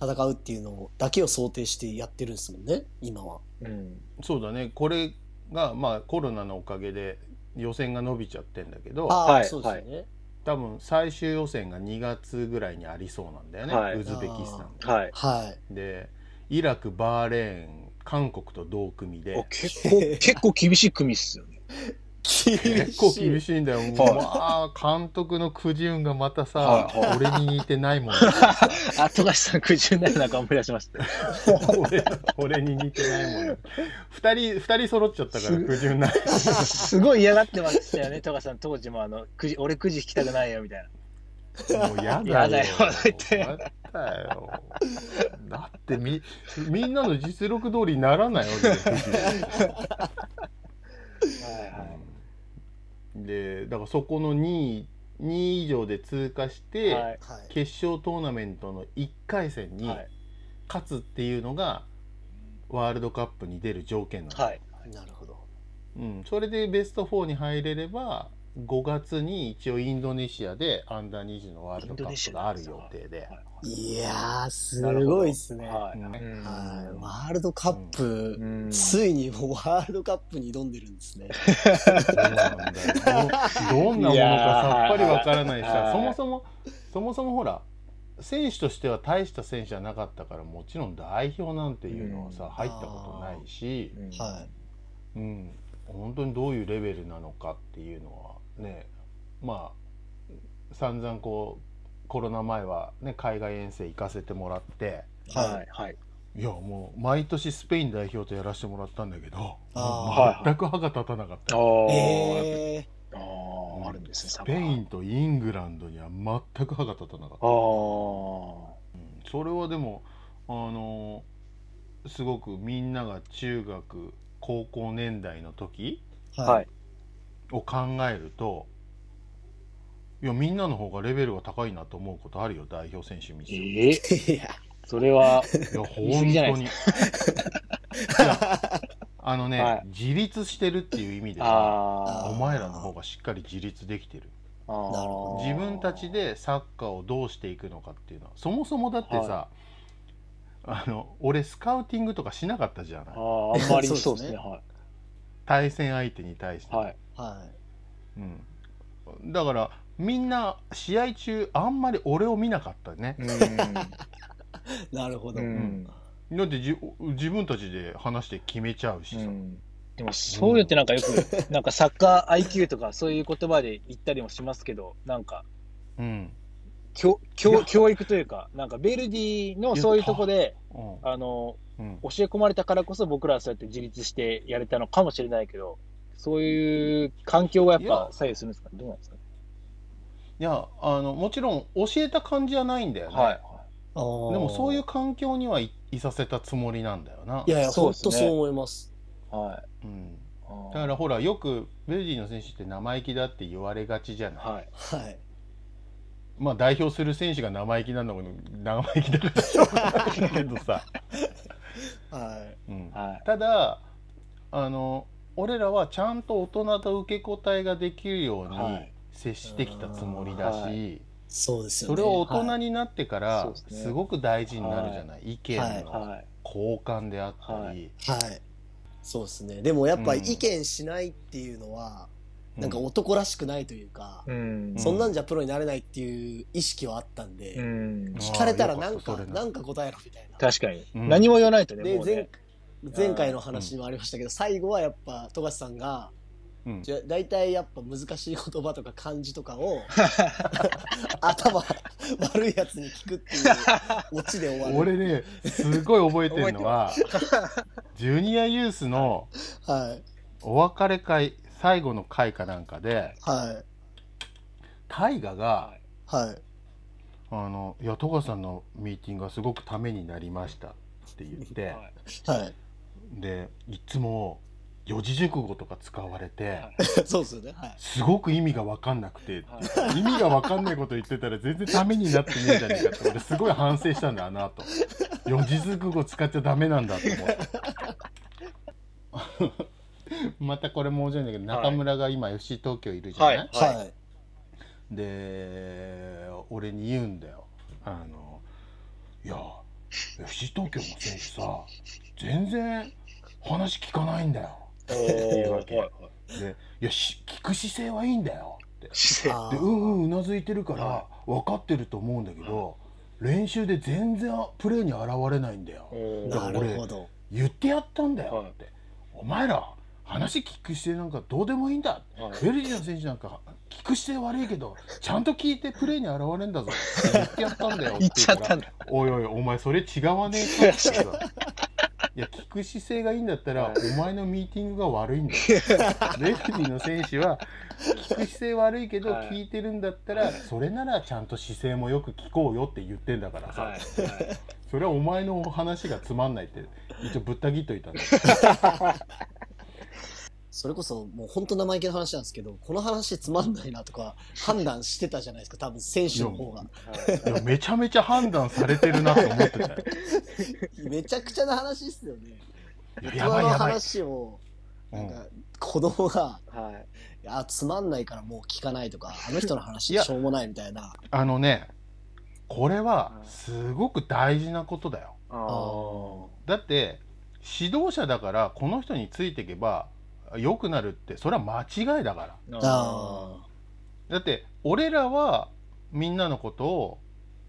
戦うっていうのだけを想定してやってるんですもんね今は
うん。
そうだねこれがまあコロナのおかげで予選が伸びちゃってんだけど
ああ、
はい
そうですよね、
多分最終予選が2月ぐらいにありそうなんだよね、
はい
ウズベキスタンで
はい。
はい
でイラクバーレーン韓国と同組
お
で
結構、結構厳しい組っすよね。
厳
結
し
構
い
厳しいんだよ、もうわあ監督の苦渋がまたさ、
は
俺に似てな いも ん
あ、富樫さん、苦渋になる中思い出しました。
俺俺に似てないもん二人二人揃っちゃったから
す
苦渋ない
すごい嫌がってましたよね、富樫さん、当時もあの、くじ俺くじ引きたくないよみたいな。
もうやだよ
やだよ
やだよだってみみんなの実力通りにならないわけ だよ苦渋
はい
でだからそこの2位2位以上で通過して、
はい
はい
決勝トーナメントの1回戦に
はい
勝つっていうのがワールドカップに出る条件なの、
はい。
なるほど
うん、それでベスト4に入れれば5月に一応インドネシアでアンダー20のワールドカップがある予定で
いやーすごいですねは
はい。
うん
い、
うん
ワールドカップ、
うん
ついにもうワールドカップに挑んでるん ですね。
そうなんだよどどんなものかさっぱりわからないし
いや
さ
ー
そ
は
も
い
そもそもそもほら選手としては大した選手じゃなかったからもちろん代表なんていうのは
う
さ
ん
入ったことないし。
は
うん、本当にどういうレベルなのかっていうのはねまあ散々こうコロナ前は、ね、海外遠征行かせてもらって
い。はい。はい。
いやもう毎年スペイン代表とやらせてもらったんだけど
あ
ー
全く歯が立たなかった、
ああ。
ええ
ああ、あるんですね、
ス
サ
ペイ
ン。
ンとイングランドには全く歯が立たなかった
ああ。
それはでもあのすごくみんなが中学高校年代の時
ー
はい。
を考えるといやみんなの方がレベルが高いなと思うことあるよ代表選手見てい
ええ
いや
それは、
や本
言い過ぎじゃな
当
い
にいやあのね、
はい
自立してるっていう意味では
あ
お前らの方がしっかり自立できてる
あー。
なるほ
自分たちでサッカーをどうしていくのかっていうのはそもそもだってさ、
は
あの俺スカウティングとかしなかったじゃ
あ
ない
あ、あんまりそ
そうう
で
ですす
ね。
ね
は
対戦相手に対して、
い。はい。
は
うん、だからみんな試合中あんまり俺を見なかったね
い。なるほど。
う
うんん。
だってじ自分たちで話して決めちゃうし
う
さ、
ん。でも、そういうのってなんかよく、なんかサッカー IQ とかそういう言葉で言ったりもしますけど、なんか、
うん
教教教育というか、なんかベルディのそういうとこで、
うん
あの、
うん
教え込まれたからこそ僕らはそうやって自立してやれたのかもしれないけど、そういう環境がやっぱ左右するんですかねどうなんですかね
いやあのもちろん教えた感じはないんだよね、
はい。
で
でも
も、
そういう。環境にはい、いさせたつもりなんだよない
やいや、
そ
本
うですね
当そう思います。
はい。
うん、だ
あ
からほらよくベルギーの選手って生意気だって言われがちじゃ
ー
ない、
はい。
はい。
まあ代 表する選手が生意気なんだけど生意気だからしょうがないけどさ
はい。
うん、
はい。
ただあの俺らはちゃんと大人と受け答えができるよう
は
に
い
接してきたつもりだし、
うんは
そうですよ
そ
ね。
れを大人
に。
になってか
はいそ
ら
うですね
すごく大事になるじゃない、意見の
はい。
交換であったり、
はい。そうですね。でもやっぱ
うん
意見しないっていうのは、
う
なんか男らしくないというか、
うん。
そんなんじゃプロになれないっていう意識はあったんで、
うん。
聞かれたらなんか
あーよかったそれ、な
なんか答えろみたいな。
確かに。
うん
何も言わないとね、
で
もう
前
ね。
前回の話もありましたけど、最後はやっぱ富樫さんが
うん
じゃ大体やっぱ難しい言葉とか漢字とか を頭悪いやつに聞くっていうオチで終わる。
俺ねすごい覚えてるのはジュニアユースの
はい
お別れ会最後の会かなんかで
はい
大ガが
はい
「あのいや戸川さんのミーティングがすごくためになりました」って言って、
はい
はい。
でいつも四字熟語とか使われて、
はい
そうですよね。はい。
すごく意味が分かんなくて、
は
意味が分かんないこと言ってたら全然ためになってねえじゃねえかって俺すごい反省したんだなと四字熟語使っちゃダメなんだと思って またこれも面白いんだけど中村が今 FC 東京いるじゃない、
はい
はい。
で俺に言うんだよあのいや FC 東京の選手さ全然話聞かないんだよ
おー
わけ
はいはい
でいやし聞く姿勢はいいんだよって
姿勢
あ
で
ー
うんうんうなずいてるから
は
分かってると思うんだけど練習で全然プレーに現れないんだよ
おー
だか
な
ら俺
るほど。
言ってやったんだよ
はい
ってお前ら話聞く姿勢なんかどうでもいいんだ
はい
ベルギーの選手なんか聞く姿勢悪いけどちゃんと聞いてプレーに現れんだぞって言ってやったんだよ
言っちゃったん
だ
だ。
おいおいお前それ違わねえかってさ いや聞く姿勢がいいんだったら、
はい
お前のミーティングが悪 いんだよレフェリーの選手は聞く姿勢悪いけど
はい
聞いてるんだったら、それならちゃんと姿勢もよく聞こうよって言ってんだからさ、
はい。
それはお前の話がつまんないって一応ぶった切っといたんだよ
それこそもう本当生意気な話なんですけど、この話つまんないなとか判断してたじゃないですか、多分選手の方が。
はい
いやめちゃめちゃ判断されてるなと思ってたよ
めちゃくちゃな話ですよね。
いや
大人
やばい
の
やばい、
話を、
う
なん
ん
か子供が、
はい。
あ、つまんないからもう聞かないとか、あの人の話しょうもないみたいな。
あのねこれはすごく大事なことだよ
あ
ー
だって指導者だからこの人についていけば良くなるってそれは間違いだから
ー
あ
だって俺らはみんなのことを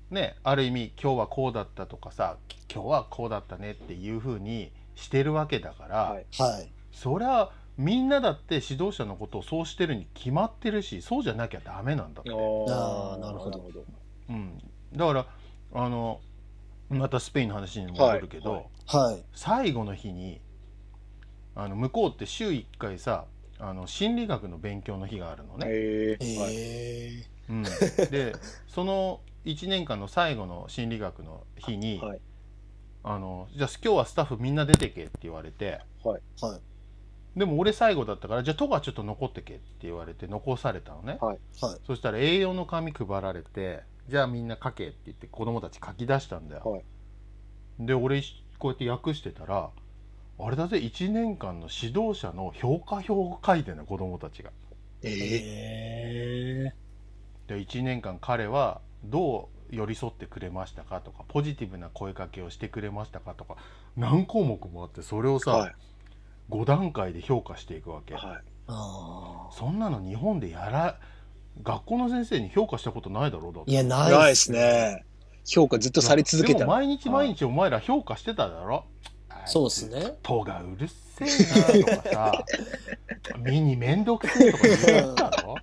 ねある意味今日はこうだったとかさ今日はこうだったねっていうふうにしてるわけだから、
はい。
はい。
そりゃみんなだって指導者のことをそうしてるに決まってるしそうじゃなきゃダメなんだって、
あ
あーなるほど
うん、だからあのまたスペインの話に戻るけど、
はいはい
はい。
最後の日にあの向こうって週1回さあの心理学の勉強の日があるのね。
え
え
ーはい
え
うん、でその1年間の最後の心理学の日に、
はい
あのじゃあ今日はスタッフみんな出てけって言われて
ー。はい。
でも俺最後だったからじゃあトガちょっと残ってけって言われて残されたのね、
はい
はい
そしたら A4 の紙配られてじゃあみんな書けって言って子供たち書き出したんだよ、
はい
で俺こうやって訳してたらあれだぜ1年間の指導者の評価表を書いてんだ子供たちが。
え
ええ
で1年間彼はどう寄り添ってくれましたかとかポジティブな声かけをしてくれましたかとか何項目もあってそれを
ー
さ、
はい。
5段階で評価していくわけ、
はい。
ああ。
そんなの日本でやら学校の先生に評価したことないだろうだって
いや、ない
ない
っ
です。ね。評価ずっとされ続け
で
た
も。毎日毎日お前ら評価してただろ、
そうですね。
とがうるせえなと かさ身に面倒くせえとか言ったろ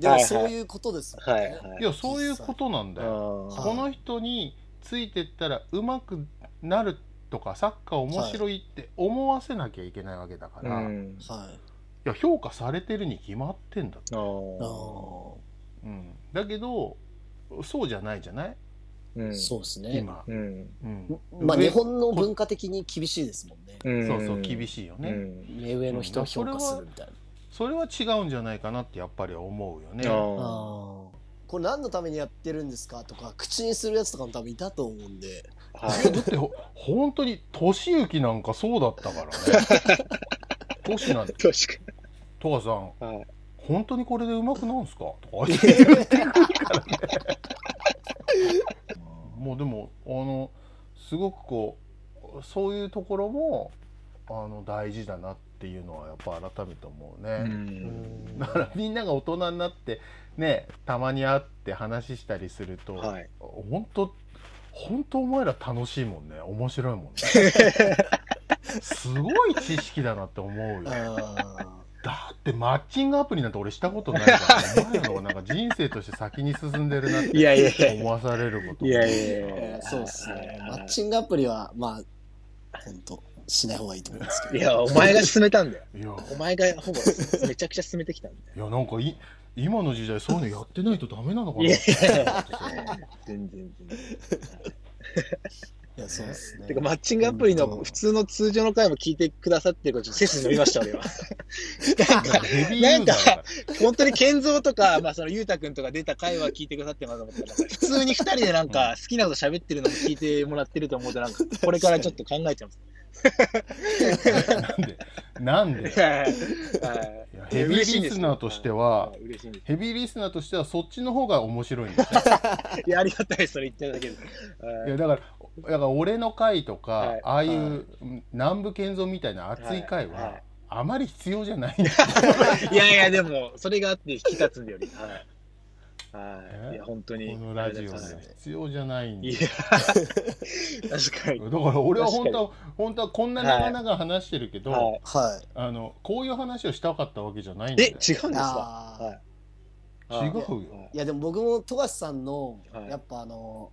でもそういうことですもん
は
ね。
い。はい
いやそういうことなんだよ
あ
は
こ
い
の人についてったらうまくなるとかサッカー面白いって思わせなきゃいけないわけだか
ーう
ら、い
ん。
はい。
や評価されてるに決まってんだって、
あ
あ
ー
ー
うん、だけどそうじゃないじゃない
うん
そうですね。
今、
うん。
うん
まあ、
上
日本の文化的に厳しいですもんね。
うん
そうそう厳しいよね、
うん
目上の人を評価するみたいな。
それは違うんじゃないかなってやっぱり思うよね
あ
あ
ー
ーこれ何のためにやってるんですかとか口にするやつとかも多分いたと思うんで
はい
だってほ本当に俊之なんかそうだったから ね。俊なん て
確かに
「トガさん
はい
本当にこれでうまくなんすか?」とか言ってくる からね。もうでもあのすごくこうそういうところもあの大事だなっていうのはやっぱ改めて思うね。
うん
だからみんなが大人になってねたまに会って話したりすると、
はい
本当本当お前ら楽しいもんね面白い もんねすごい知識だなって思うよ
あ
だってマッチングアプリなんて俺したことないからお前らの方がなん か人生として先に進んでるなっ
いやいやい
て
や
思わされること
いやいやい
ー
や
そうですね。マ
はい
ッチングアプリは、まあ、本当しない方がいいと思い ます
い
けど。
やお前が進めたんだよ
いや
お前がほぼめちゃくちゃ進めてきたんだよ
いやなんかい今の時代そういうのやってないとダメなのか
い
な
や
って
全然全然
いや、そうですね
て。かマッチングアプリの普通の通常の回も聞いてくださってることちょっと背筋伸びました俺 はなんか
ヘビーユーザーだから
本当に健三とか、まあ、そのゆうたくんとか出た回は聞いてくださってるなと思ってなんか普通に2人でなんか好きなこと喋ってるのも聞いてもらってると思うとなんかこれからちょっと考えちゃいます
なんでなんで
いやいやはい
いやヘビーリスナーとしては
はい嬉しいんです
ヘビーリスナーとしてはそっちの方が面白いんですよ。
いやありがたいですそれ言ってるだけで はいい
やだからだから俺の回とか、
はい
ああいう、
は
南部健三みたいな熱い回は、
はいはい
あまり必要じゃないんだよ。
いやいやでもそれがあって引き立つんだよりはいはいいや本当に
このラジオ
あり
ね
がとうございます
必要じゃないんだ
い
よ
や確かに
だから俺は本当は本当はこんな長々話してるけど、
は
は
あのこういう話をしたかったわけじゃないん
いえ違うん
だよ。
です
い。
か
あ
は
ー
い
違う
は
よ。
い
いや、でも僕も、富樫さんの
は、い
やっぱあの、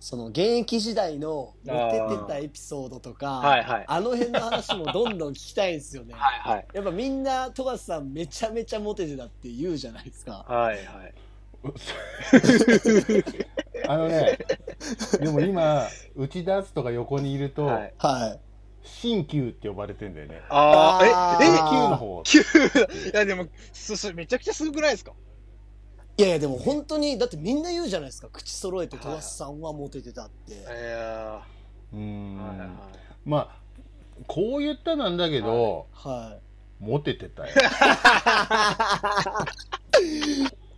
その現役時代のモテてたエピソードと
は
か、
いはい
あの辺の話もどんどん聞きたいんですよね。
はいはい
やっぱみんな、富樫さんめちゃめちゃモテてたって言うじゃないですか。
はいはい。
あのねでも今打ち出すとか横にいると、
はい、
はい。
新旧って呼ばれてんだよね。
あ
え
新
ー
旧
あ
の方
え、え、9! いやでも、そそれめちゃくちゃすごくないですか
いやいやでも本当にだってみんな言うじゃないですか口揃えて戸橋さんはモテてたって、
いや
う
ー
ん
はいはい
まあこう言ったなんだけど、
は
モテて たよ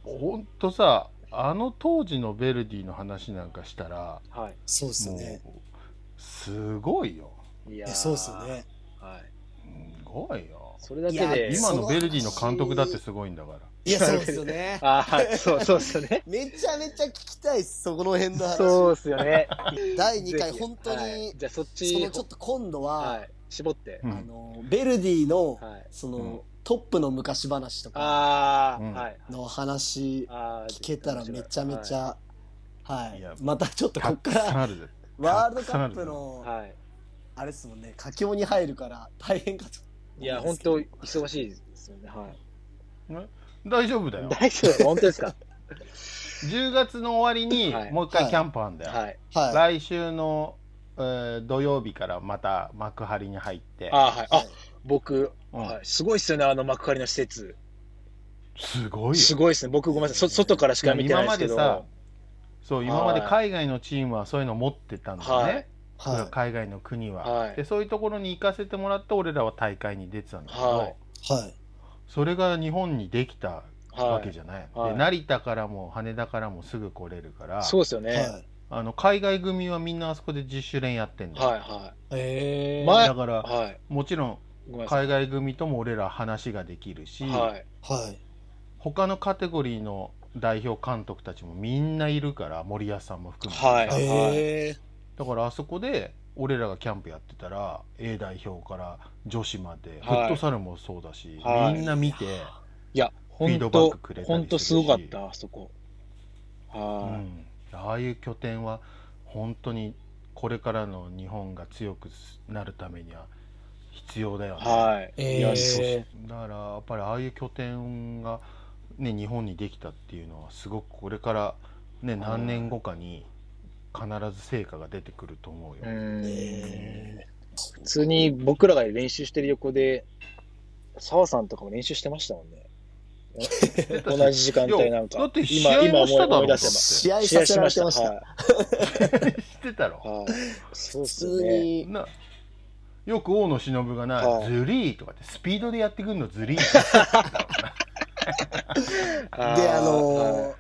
ほんとさあの当時のヴェルディの話なんかしたら
はい
そうですよ
も
ね
うすごいよ
い。いや
い
ー
やそうですよ。ね
はい。
すごいよ
それだけ
いや
で。
今のヴェルディの監督だってすごいんだから
いやそうですよね
あはい、そうそうっす よね。
めちゃめちゃ聞きたいっすそこの辺の話
そうっすよね。
第2回
ぜひ
本当に、
はいじゃあそっち、
そのちょっと今度は、
はい、絞って。
うん
あのベルディの、
はい。
その、
うん
トップの昔話とか
あー、
うん
はい。
の話
あー
聞けたらめちゃめち
は
ゃはい、
いや
またちょっとこ
た
っか
くさん
ら
あるぜ
ワールドカップの、
い。はい
あれですもんね佳境に入るから大変かと
いや、本当忙しいですよね。はい。
大丈夫だよ
大丈夫本当ですか
10月の終わりに
はい
もう一
は
回
い
キャンプあんだよ、
はい。
はい
来週の、えー土曜日からまた幕張に入って
あーはい。あ、僕、
うん
はい、すごいっすよね、あの幕張の施設。
すごいよ
すごいですね。僕ごめんなさい。そ外からしか見てないですけど。
今までさそう今まで
はい
海外のチームはそういうの持ってたんだよね、
はい
は
海外の国は、
はい
でそういうところに行かせてもらって俺らは大会に出てたんだけど、
はい
いはい
それが日本にできたわ
は
け
い。
じゃない、
はい
で成田からも羽田からもすぐ来れるから
そうですよね。
はい
あの海外組はみんなあそこで自主練やってんだよ、
はいは
え
い。
え
前、
だから
はい。
もちろん
ごめんなさい。
海外組とも俺ら話ができるし、
はい。
はい。
他のカテゴリーの代表監督たちもみんないるから森保さんも含めて、
はい
さ
え
だからあそこで俺らがキャンプやってたら A 代表から女子まで、フ
はい
ットサルもそうだし、
はい
みんな見て、
いや、
フィ
本
ードバッ
当
クくれたりするし
本当すごかった、あそこ。
う
は
んああいう拠点は本当にこれからの日本が強くなるためには必要だよ
い。
ね、
はい。
え
いや
そう
そ
え
だからやっぱりああいう拠点が、ね、日本にできたっていうのはすごくこれから、ね、何年後かに必ず成果が出てくると思うよ。
うん。
え
普通 に僕らが練習してる横で、澤さんとかも練習してましたもんね。同じ時間帯なんか。
いやだって試
今、
合
今
もしただろ
思い出
だって
せ
試
ば。
合
試
さ
合
せ
し
ら
ま
れてま
し。
したた。
知ってたろ
はい。はい。そう
普
っす
通
ね。
に、
なよく大野忍がな、
はい
ズリーとかってスピードでやってくんのズリーって
あー
であのー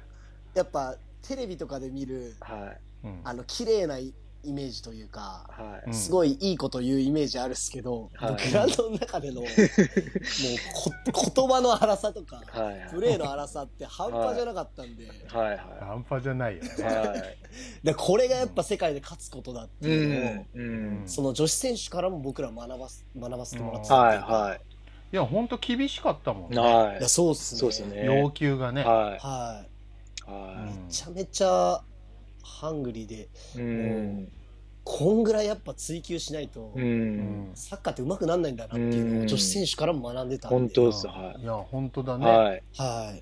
やっぱテレビとかで見る
はい。
うん
あの綺麗なイメージというか、
は
うん
すごいいいこと言うイメージあるっすけど、
はい
グラウンドの中でのもうこ言葉の荒さとか、
い。はい。
プレーの荒さって半端じゃなかったんで、
はい。
半端じゃないよね。
はい。はい。
でこれがやっぱ世界で勝つことだって
う
いうのを、
ん。うん。
その女子選手からも僕ら学ばす学ばせてもらってたん
は
で
い。はい
や本当厳しかったもん
い。
ね、
はい
や
い。
そうっすね
そうですね。
要求がね。
は。
はい
はい
めちゃめちゃハングリーで
い。うん。
こんぐらいやっぱ追求しないと、
うん。
サッカーって上手くならないんだなっていうの
う
を
ん
女子選手からも学んでたんで
本当ですはい
や本当だね。
はい。
は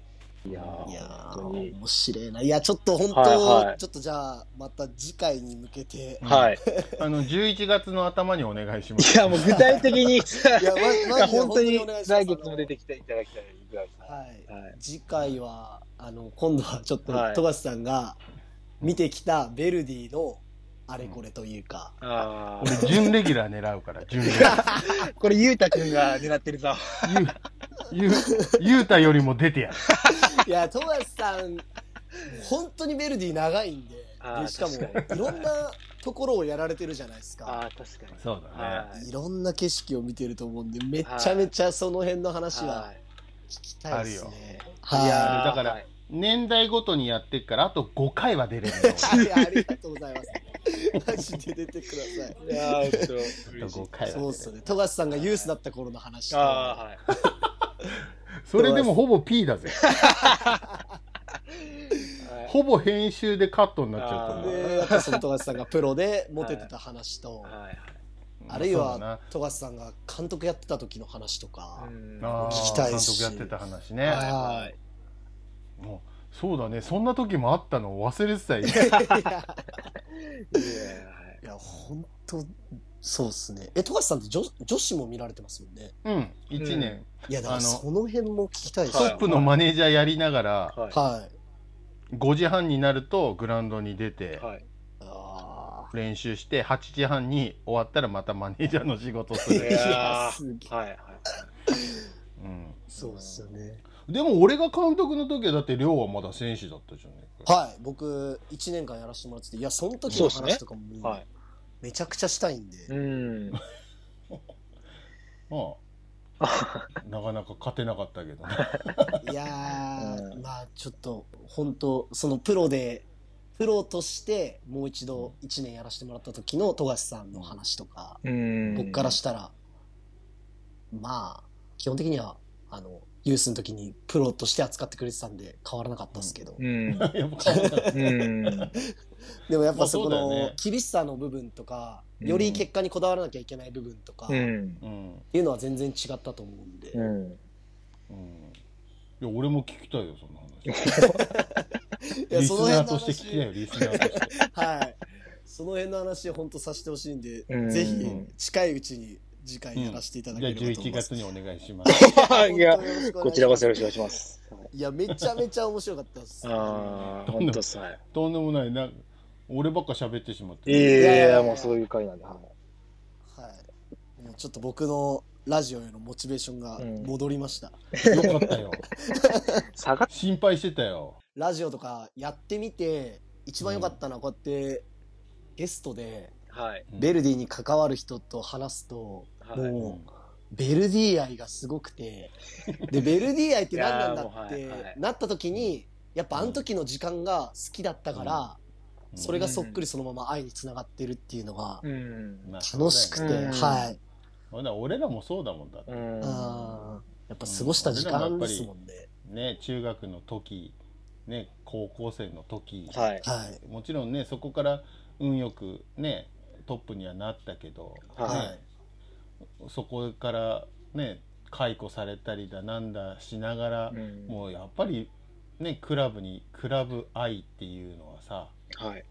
い
いやー
いやー
本当に
面白いないやちょっと本当、
はいはい
ちょっとじゃあまた次回に向けて
はい。
あの11月の頭にお願いしま
い
す。
や、もう具体的に、い
いやま
や、本当に
お願いします
来月も出てきていただきたいぐらいです
あのはい
はい。
次回はあの今度はちょっと
はい
富樫さんが見てきたベルディのあれこれというか、
あ
俺準レギュラー狙うから準レギュラー。
あ、 これ、ゆうたくんが狙ってるぞ。
ゆゆゆうたよりも出てやる。
いや富樫さん本当にベルディ長いんで
あー
でしかも
確か
いろんなところをやられてるじゃないです か。
ああ、確かに。
そうだ
はい
ろんな景色を見てると思うんで、めちゃめちゃその辺の話は聞きたいですね。はいい、
やだから
はい
年代ごとにやってっからあと5回は 出れるよ。
はい、ありがとうございます。マジで出てください。
いやー、ちょっと
あと
嬉しい
5。回は出
そ
れ
うっ
る。
すよね。富樫さんがユースだった頃の話と。
ああ、はい。
それでもほぼ P だぜ。
はい
ほぼ編集でカットになっちゃうと思う。
で、やっぱその富樫さんがプロでモテてた話と、
はい。
あるい
そうだな
は富樫さんが監督やってた時の話とか
う。ん
あー
聞きたいし
監督やってた話ね、
はい
もうそうだねそんな時もあったの忘れてた よ
いや
いや
いや、本当そうっすね。え、富樫さんって女女子も見られてますもんね。
うん1年、
いや、だから
あの
その辺も聞きたいで
ト
すね。
はい
ップのマネージャーやりながら、
はい。は
はい。
5時半になるとグラウンドに出て
い。はい。
あ
練習して8時半に終わったらまたマネージャーの仕事す
あ。
い
る、
やー
すげえ
はい。はい。
うん、
そうっすよね。
でも俺が監督の時はだって亮はまだ選手だったじゃんね
はい、僕1年間やらせてもらってて、いや、その時
そ
の
うっすね
話とかももう
はい
めちゃくちゃしたいんで、
うん。
ま あなかなか勝てなかったけどね
いやー、
うん
まあちょっと本当そのプロでプロとしてもう一度1年やらせてもらった時の富樫さんの話とか、
うん
僕からしたら、まあ基本的にはあのユースの時にプロとして扱ってくれてたんで変わらなかったですけど、
うん。
やっぱ変わっ
う
た
ん。
でもやっぱそこ
まあそうだ
の
よね
厳しさの部分とか、
うん
より結果にこだわらなきゃいけない部分とか、
う
っ
ん。
うん
ていうのは全然違ったと思うんで、
うん。
うんいや俺も聞きたいよそんな話
いや
リス
その
ナー
辺の
として聞きたい
話
よリスナーとして
はいその辺の話を本当させてほしいんで、
うん
ぜひ近いうちに次回やらせていただ
じゃ
けれ
あ
ばと思い
11
ます、
月にお願いし ます。
いや
本当よろしくお願いします
こちらこそよろしくお願いします。
いやめちゃめちゃ面白かったです
ああ、本当さ。はい
とんでもないな、俺ばっか喋ってしまっ
い
て。
やい
やいや
やいや、もうそういう回なんで。はい
はいもうちょっと僕のラジオへのモチベーションが戻りました、
よかったよ。
下がっ
心配してたよ。
ラジオとかやってみて一番良かったのはこうやってゲストで
はい。
ベルディに関わる人と話すと、
はい
もうベルディ愛がすごくてでベルディ愛って何なんだっ
いやーもうはいは
て
い
なった時にやっぱあの時の時間が好きだったから、
うん
それがそっくりそのまま愛につながってるっていうのが
うん。
まあ
楽しく
そう
て、
うん
はい、
だよね俺らもそうだもんだって
う。ん。
あーやっぱ過ごした時間ですもんね、
ね、中学の時、ね、高校生の時、
はい。
はい
もちろんね、そこから運よくね、トップにはなったけど、
は
ねそこからね、解雇されたりだなんだしながら、
うん
もうやっぱりね、クラブに、クラブ愛っていうのはさ、
はい。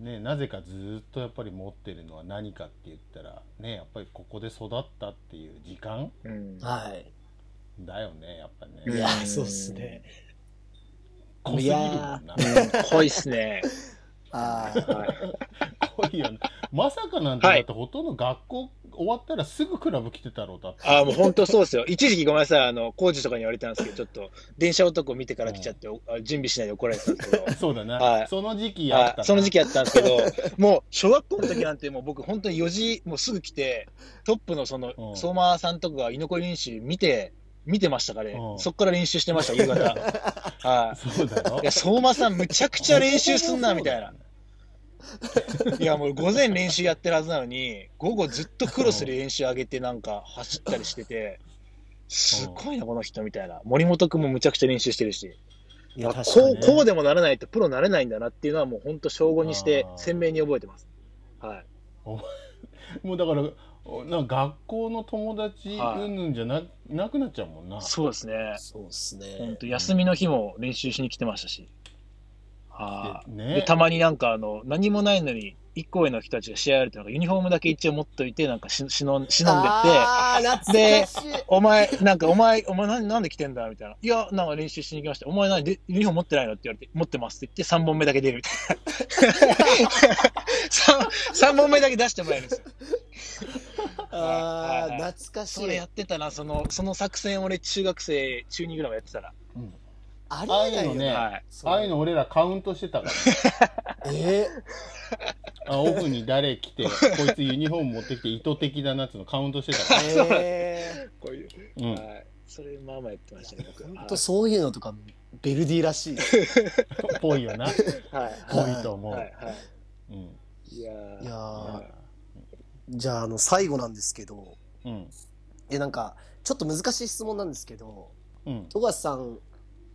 ね、なぜかずーっとやっぱり持ってるのは何かって言ったら、ね、やっぱりここで育ったっていう時間
うん。
はい
だよねやっぱ
うん
い
ね
や、そうっすね。
濃すぎるもんな
濃いっすね。
ああ、
濃いよねまさかなんてだ
は
っ
い
てほとんど学校終わったらすぐクラブ来てたろうだって
ああ、もう本当そうですよ。一時期ごめんなさい、あの、工事とかに言われてたんですけど、ちょっと、電車男見てから来ちゃって、おあ準備しないで怒られてたんですけど。
そうだな、
はい
その時期やった
あ
な
その時期やったんですけど、もう小学校の時なんて、もう僕、本当に4時、もうすぐ来て、トップのその
うん
相馬さんとかが居残り練習見て、見てましたからね
う、ん
そっから練習してました、夕方。は
そうだろ
い、いや相馬さん、むちゃくちゃ練習すんなみたいな、いやもう午前練習やってるはずなのに、午後ずっとクロスで練習上げて、なんか走ったりしてて、すごいな、この人みたいな、森本君もむちゃくちゃ練習してるし。
いや、確か
こ
に
う
ね。
こうでもならないとプロなれないんだなっていうのはもう本当小5にして
あー
鮮明に覚えてます。はい、
もうだからおなんか学校の友達
はい
うんぬんじゃな,、なくなっちゃうもんな
そうですね。
そうっす
本
ね。
当休みの日も練習しに来てましたし。は
で
い。で
ね
たまになんかあの何もないのに一校への人たちが試合やるとなんかユニフォームだけ一応持っといてなんかししの忍んでって。
ああ、懐か しい。
お前、なんか、お前、お前なん、なんで来てんだみたいな。いや、なんか練習しに来ました。お前何、でユニフォーム持ってないのって言われて、持ってますって言って、3本目だけ出るみたい な。3, 本目だけ出してもらえるんですよ。
あ
はい
あ、懐かし
それ
い
や。ってたな、その、その作戦、俺、中学生、中2ぐらいまでやってたら。
うん
あ
ああ
りえ
い
ない
うの
よ
ね、
ね。
はい。
それ
ああいうの俺らカウントしてたから
え
あオフに誰 来てこいつユニフォーム持ってきて意図的だなっていうのカウントしてたか
ー、え
こういう。
ら、うん、
はい。それ、まあまあやってましたね、僕。
ー。ほんとそういうのとか、ベルディらしい。
ぽいよ な
はい。
ぽいと思う、
はい。は
うん
い。いやー
いや
は
ー じゃあ、あの、最後なんですけど、
うん
え、なんか、ちょっと難しい質問なんですけど、
うん
富樫さん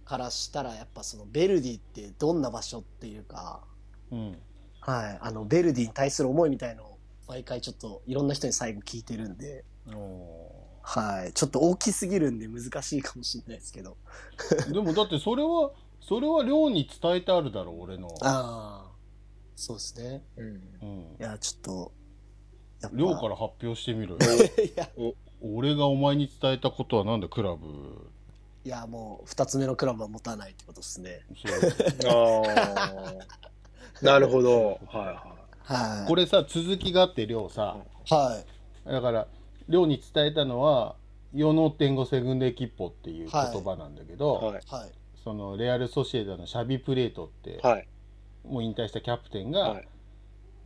からしたら、やっぱその、ベルディってどんな場所っていうか、
うん
はい、あの、ベルディに対する思いみたいのを、毎回ちょっといろんな人に最後聞いてるんで、
お
はい、ちょっと大きすぎるんで難しいかもしれないですけど。
ーでもだってそれはそれは亮に伝えてあるだろう俺の
ああ、そうですね。
うん。
うん
いや、ちょっと、やっぱ
亮から発表してみろよ
いや、
俺がお前に伝えたことはなんだクラブ
いや、もう、二つ目のクラブは持たないってことですね。
そう
ああ。なるほど。はいは
はい。
これさ続きがあって亮さ
は
だから亮に伝えたのは「世の天5セグンデキッポ」っていう言葉なんだけど、
い。はい。
い。はい。
そのレアル・ソシエダのシャビ・プレートって、
はい。
もう引退したキャプテン
は
が、
い。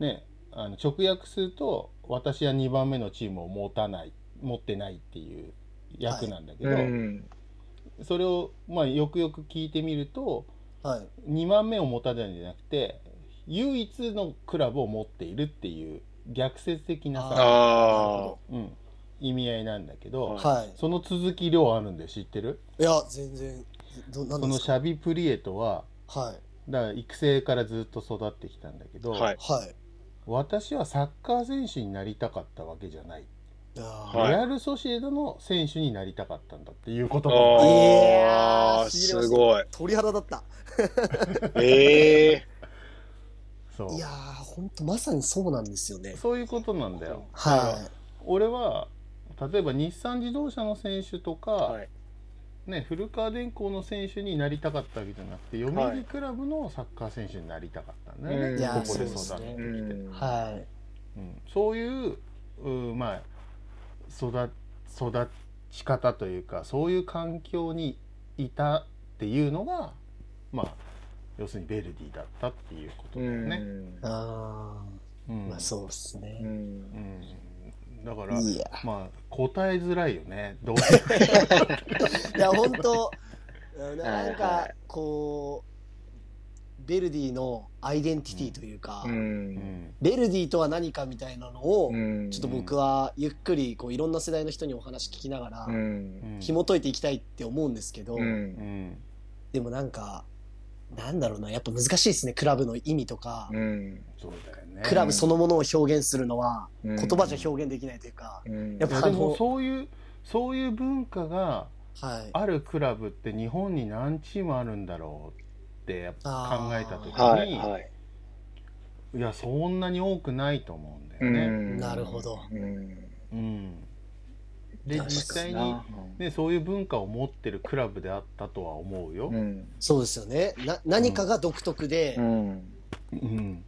ねあの直訳すると私は2番目のチームを持たない持ってないっていう役なんだけど、
うん。
それを、まあ、よくよく聞いてみると
はい。
2番目を持たないんじゃなくて唯一のクラブを持っているっていう逆説的な
あ
さ、
あ。
うん、意味合いなんだけ
は
ど、
い
はい。
その続き量あるんで知ってる
いや、全然、ど、なん
そ
で
の
す
シャ
か
ビ・プリエトは
はい。
だから育成からずっと育ってきたんだけど、
はい。
はい。
私はサッカー選手になりたかったわけじゃない、
いやー
はい
レアル・ソシエダの選手になりたかったんだっていうこと
あ
なんだ
あ
いや
あ
ー
すごい。
鳥肌だった。
ええ
そう
いやー、ほんと、まさにそうなんですよね。
そういうことなんだよ
は
俺は例えば日産自動車の選手とか、
はい
ね、古川電工の選手になりたかったわけじゃなくて読
は
売
い
クラブのサッカー選手になりたかったんだよ
う
ね、
んいやー
ここで育
そう
っ
です
てきて、
ね
うん
い。はい。
うんそういううんまあ育育ち方というかそういう環境にいたっていうのがまあ要するにベルディだったっていうことだよね。
あ
うん
あ、まあそうですね。
うんんだから
いや
まあ答えづらいよね どうして
いや本当 うんななん
はいは
か
い
こうベルディのアイデンティティというか、
うんん
ベルディとは何かみたいなのを、
うん
ちょっと僕はゆっくりこういろんな世代の人にお話聞きながら、
うん
うん
紐解いていきたいって思うんですけど、
うん
うん
でもなんかなんだろうなやっぱ難しいですねクラブの意味とか、
うん
そうだよね
クラブそのものを表現するのは
言
言葉じゃ表現できないというか、やっ
いや
ぱ
で
あ
も
の
そういうそういう文化が
はい
あるクラブって日本に何チームあるんだろうってやっぱ考えた時に、
はいはい
いやそんなに多くないと思うんだ
う
よね。
ん
なるほど
うん
うん
確
で
かに
実際に、ね、そういう文化を持ってるクラブであったとは思うよ。
うん
そうですよねな何かが独特で、
うん
うん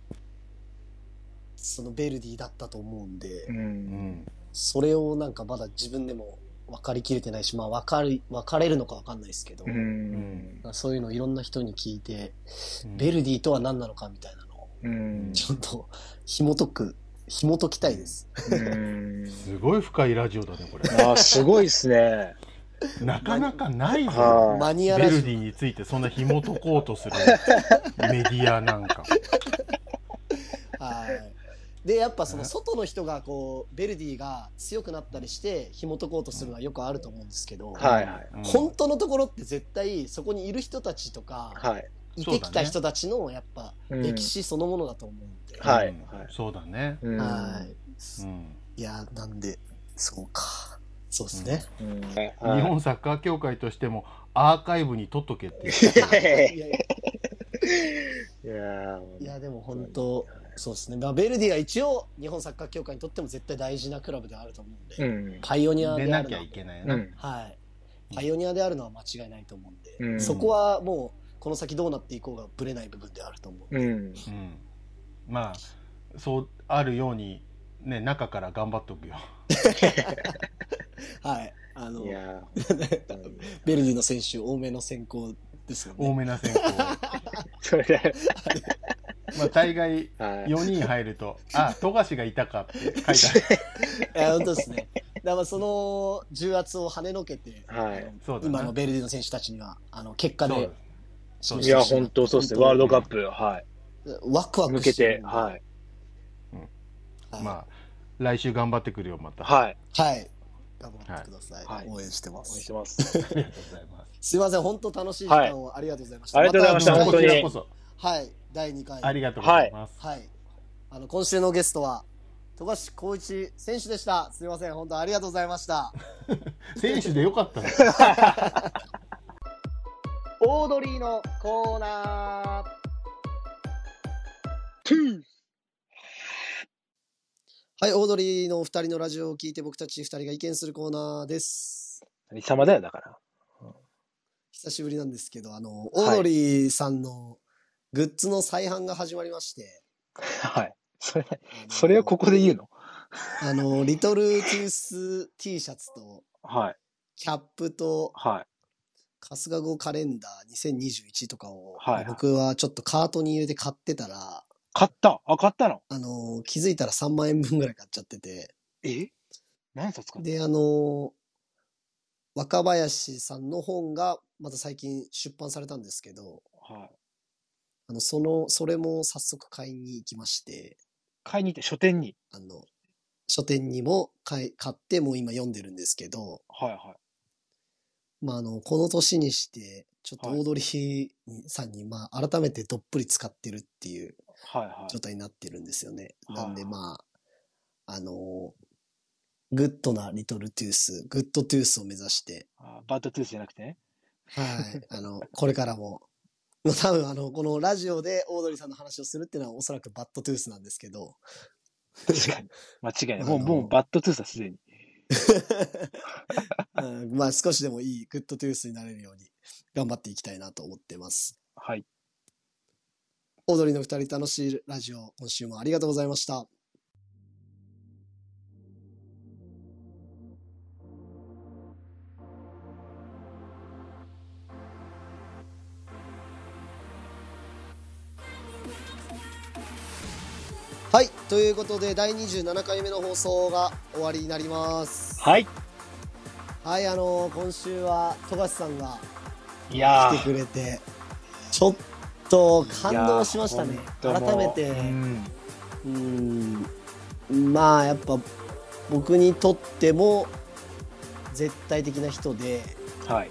そのベルディだったと思うんで、
うん
それをなんかまだ自分でも分かりきれてないしまあ分かる分かれるのか分かんないですけど、
うん
だ
ん
からそういうのをいろんな人に聞いて、
うん
ベルディとは何なのかみたいなのを
うん
ちょっと紐解く紐解きたいです、
うん
すごい深いラジオだね これ。
あーすごいですね。
なかなかないぞ。
は
マニ
ベ
アラ
ル
ジ
ディについてそんな紐解こう とするメディアなんか。
オはいでやっぱその外の人がこうベルディが強くなったりして紐解こうとするのはよくあると思うんですけど、
い。はいはい。
うん
本当のところって絶対そこにいる人たちとか、
はい。
いてきた
そ
人たちのやっぱ
うん
歴史そのものだと思うんで、
はい
うん
はい
そうだね。
うん
はい。
うん
いや、なんで、そうか。そうですね。
うん
日
は
本サッカー協会としてもアーカイブに取っとけっ ていう。
い
いやいや
いやー
いや、でも本当、そうですね。まあ、ベルディは一応、日本サッカー協会にとっても絶対大事なクラブであると思うんで、
うん
パイオニア
出
であ
な
る
き
の
ゃいけないな。
うん
は、はい。パイオニアであるのは間違いないと思うんで、
うん
そこはもう、この先どうなっていこうがぶれない部分であると思う。
うん
うんまあそうあるようにね中から頑張っとくよ。
はい。あの
い、やー
ベルディの選手、多めの選考ですよね。
多めな選考。
それで
まあ大概
はい
4人入ると「あ富樫がいたか」っ て書いてある。
い や本当ですね。だからまあその重圧を跳ねのけて、
はい
あの
そうだね
今のベルディの選手たちにはあの結果
そう
で
そう
いや、本当そうですね。ワールドカップ、は
当ワクワ
い。
ク
向
して
け
るん
て、
で
はい。
はい、
まあ来週頑張ってくるよまた。
はい。
はい頑張ってください、
はい
応援してま
応援し
す
て。ます。
ありがとうございます。
すいません本当楽しい時間をありがとうございました。
ありがとうございました
た
本当に
こちらこそ
はい第二回
ありがとうございます。
はいあの今週のゲストは富樫光一選手でした。すいません本当ありがとうございま した。
選手でよかったね。
オードリーのコーナー。はい、オードリーのお二人のラジオを聞いて僕たち二人が意見するコーナーです。
何様だよ、だから。
久しぶりなんですけど、あの、オ
はい
ードリーさんのグッズの再販が始まりまして。
はい。それ、
あの
それをここで言うの
あの、リトルトゥース T シャツと、
はい。
キャップと、
はい。
春日号カレンダー2021とかを、
はいはい
僕はちょっとカートに入れて買ってたら、
買ったあ、買ったの
あの、気づいたら3万円分ぐらい買っちゃってて。
え何冊買った
で、あの、若林さんの本がまた最近出版されたんですけど、
はい。
あの、その、それも早速買いに行きまして、
買いに行って、書店に。
あの、書店にも買い買ってもう今読んでるんですけど、
はいは
まあ、あの、この年にして、ちょっと
はい
オードリーさんに、まあ、改めてどっぷり使ってるっていう
い。はいはい
状。態になってるんですよね。
は
な
い
んでまあ、あのグッドなリトルトゥース、グッドトゥースを目指して、
あバッドトゥースじゃなくてね。
はい、 あの、これからも、まあ多分あの、このラジオでオードリーさんの話をするっていうのはおそらくバッドトゥースなんですけど、
確かに。間違いない。も
あ
う、
の
もうバッドトゥースはすでに。
うんまあ少しでもいいグッドトゥースになれるように頑張っていきたいなと思ってます。
はい。
オードリーの二人楽しいラジオ、今週もありがとうございました。はい、ということで第27回目の放送が終わりになります。
はい。
はい、あの今週は富樫さんが
いや
来て
ー。
くれてちょっと感動しました
い
ね
や
改
ーほんとも
め
う
て
うん
うんまあやっぱ僕にとっても絶対的な人で
はい。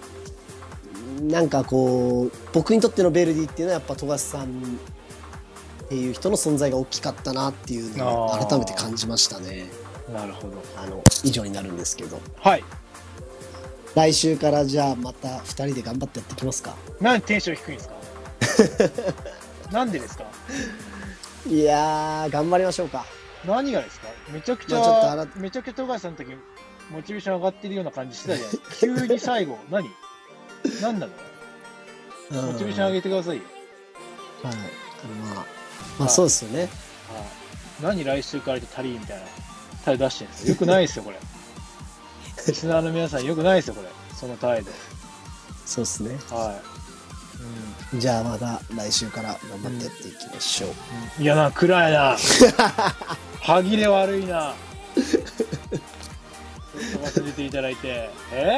なんかこう僕にとってのベルディっていうのはやっぱ富樫さんっていう人の存在が大きかったなっていうの
あ
を
ー
改めて感じましたね
なるほど。
あの以上になるんですけど
はい。
来週からじゃあまた2人で頑張ってやっていきますか
なんでテンション低い んですかなんでですか
いやー頑張りましょうか
何がですかめちゃくちゃ、
まあちょっとあら
めちゃくちゃ富樫さんの時モチベーション上がってるような感じしてたじゃ ないですか。急に最後、何何なの
うん
モチベーション上げてくださいよ。
はい。まあ、まあそうですよね。
はい何来週からで足りみたいな、態度出してるんですよ。よくないで すよ、これ。リスナーの皆さん、よくないですよ、これ。その態度。
そうですね。
は
じゃあまた来週から頑張ってやっていきましょう。
い。いやな、暗 いな。歯切れ悪いな。ちょっと忘れていただいて。え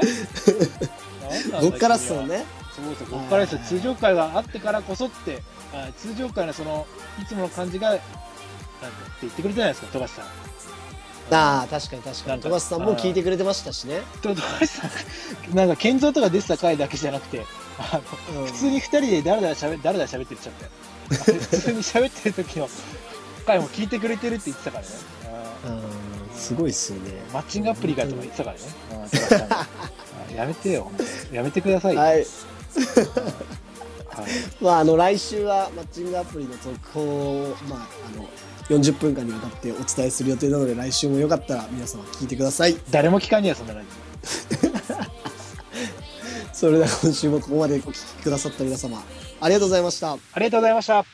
何なんだ
こっからっすもん。ね。
君はそうそう、こっからですよ。通常会があってからこそって、あ通常会のその、いつもの感じが、なんかって言ってくれたじゃないですか、富樫さん。
ああ、確かに確か
なん
に。
か
富樫さんも聞いてくれてましたしね。
と富樫さんなんか健三とか出てた回だけじゃなくてあ
う
の
ん
普通に2人でだらだらしゃべだらだらしゃべってっちゃってあれ普通に喋ってる時の回も聞いてくれてるって言ってたからねあ
うん、すごいっすよね。
ーマッチングアプリがとか言ってたからねあー富樫さんがあーやめてよ本当やめてくださいよ、はい
はい。まあ、あの、来週はマッチングアプリの続報を、まあ、あの、40分間にわたってお伝えする予定なので、来週もよかったら皆様聞いてください。
誰も聞かんねやそんな感
それでは今週もここまでお聞きくださった皆様、ありがとうございました。
ありがとうございました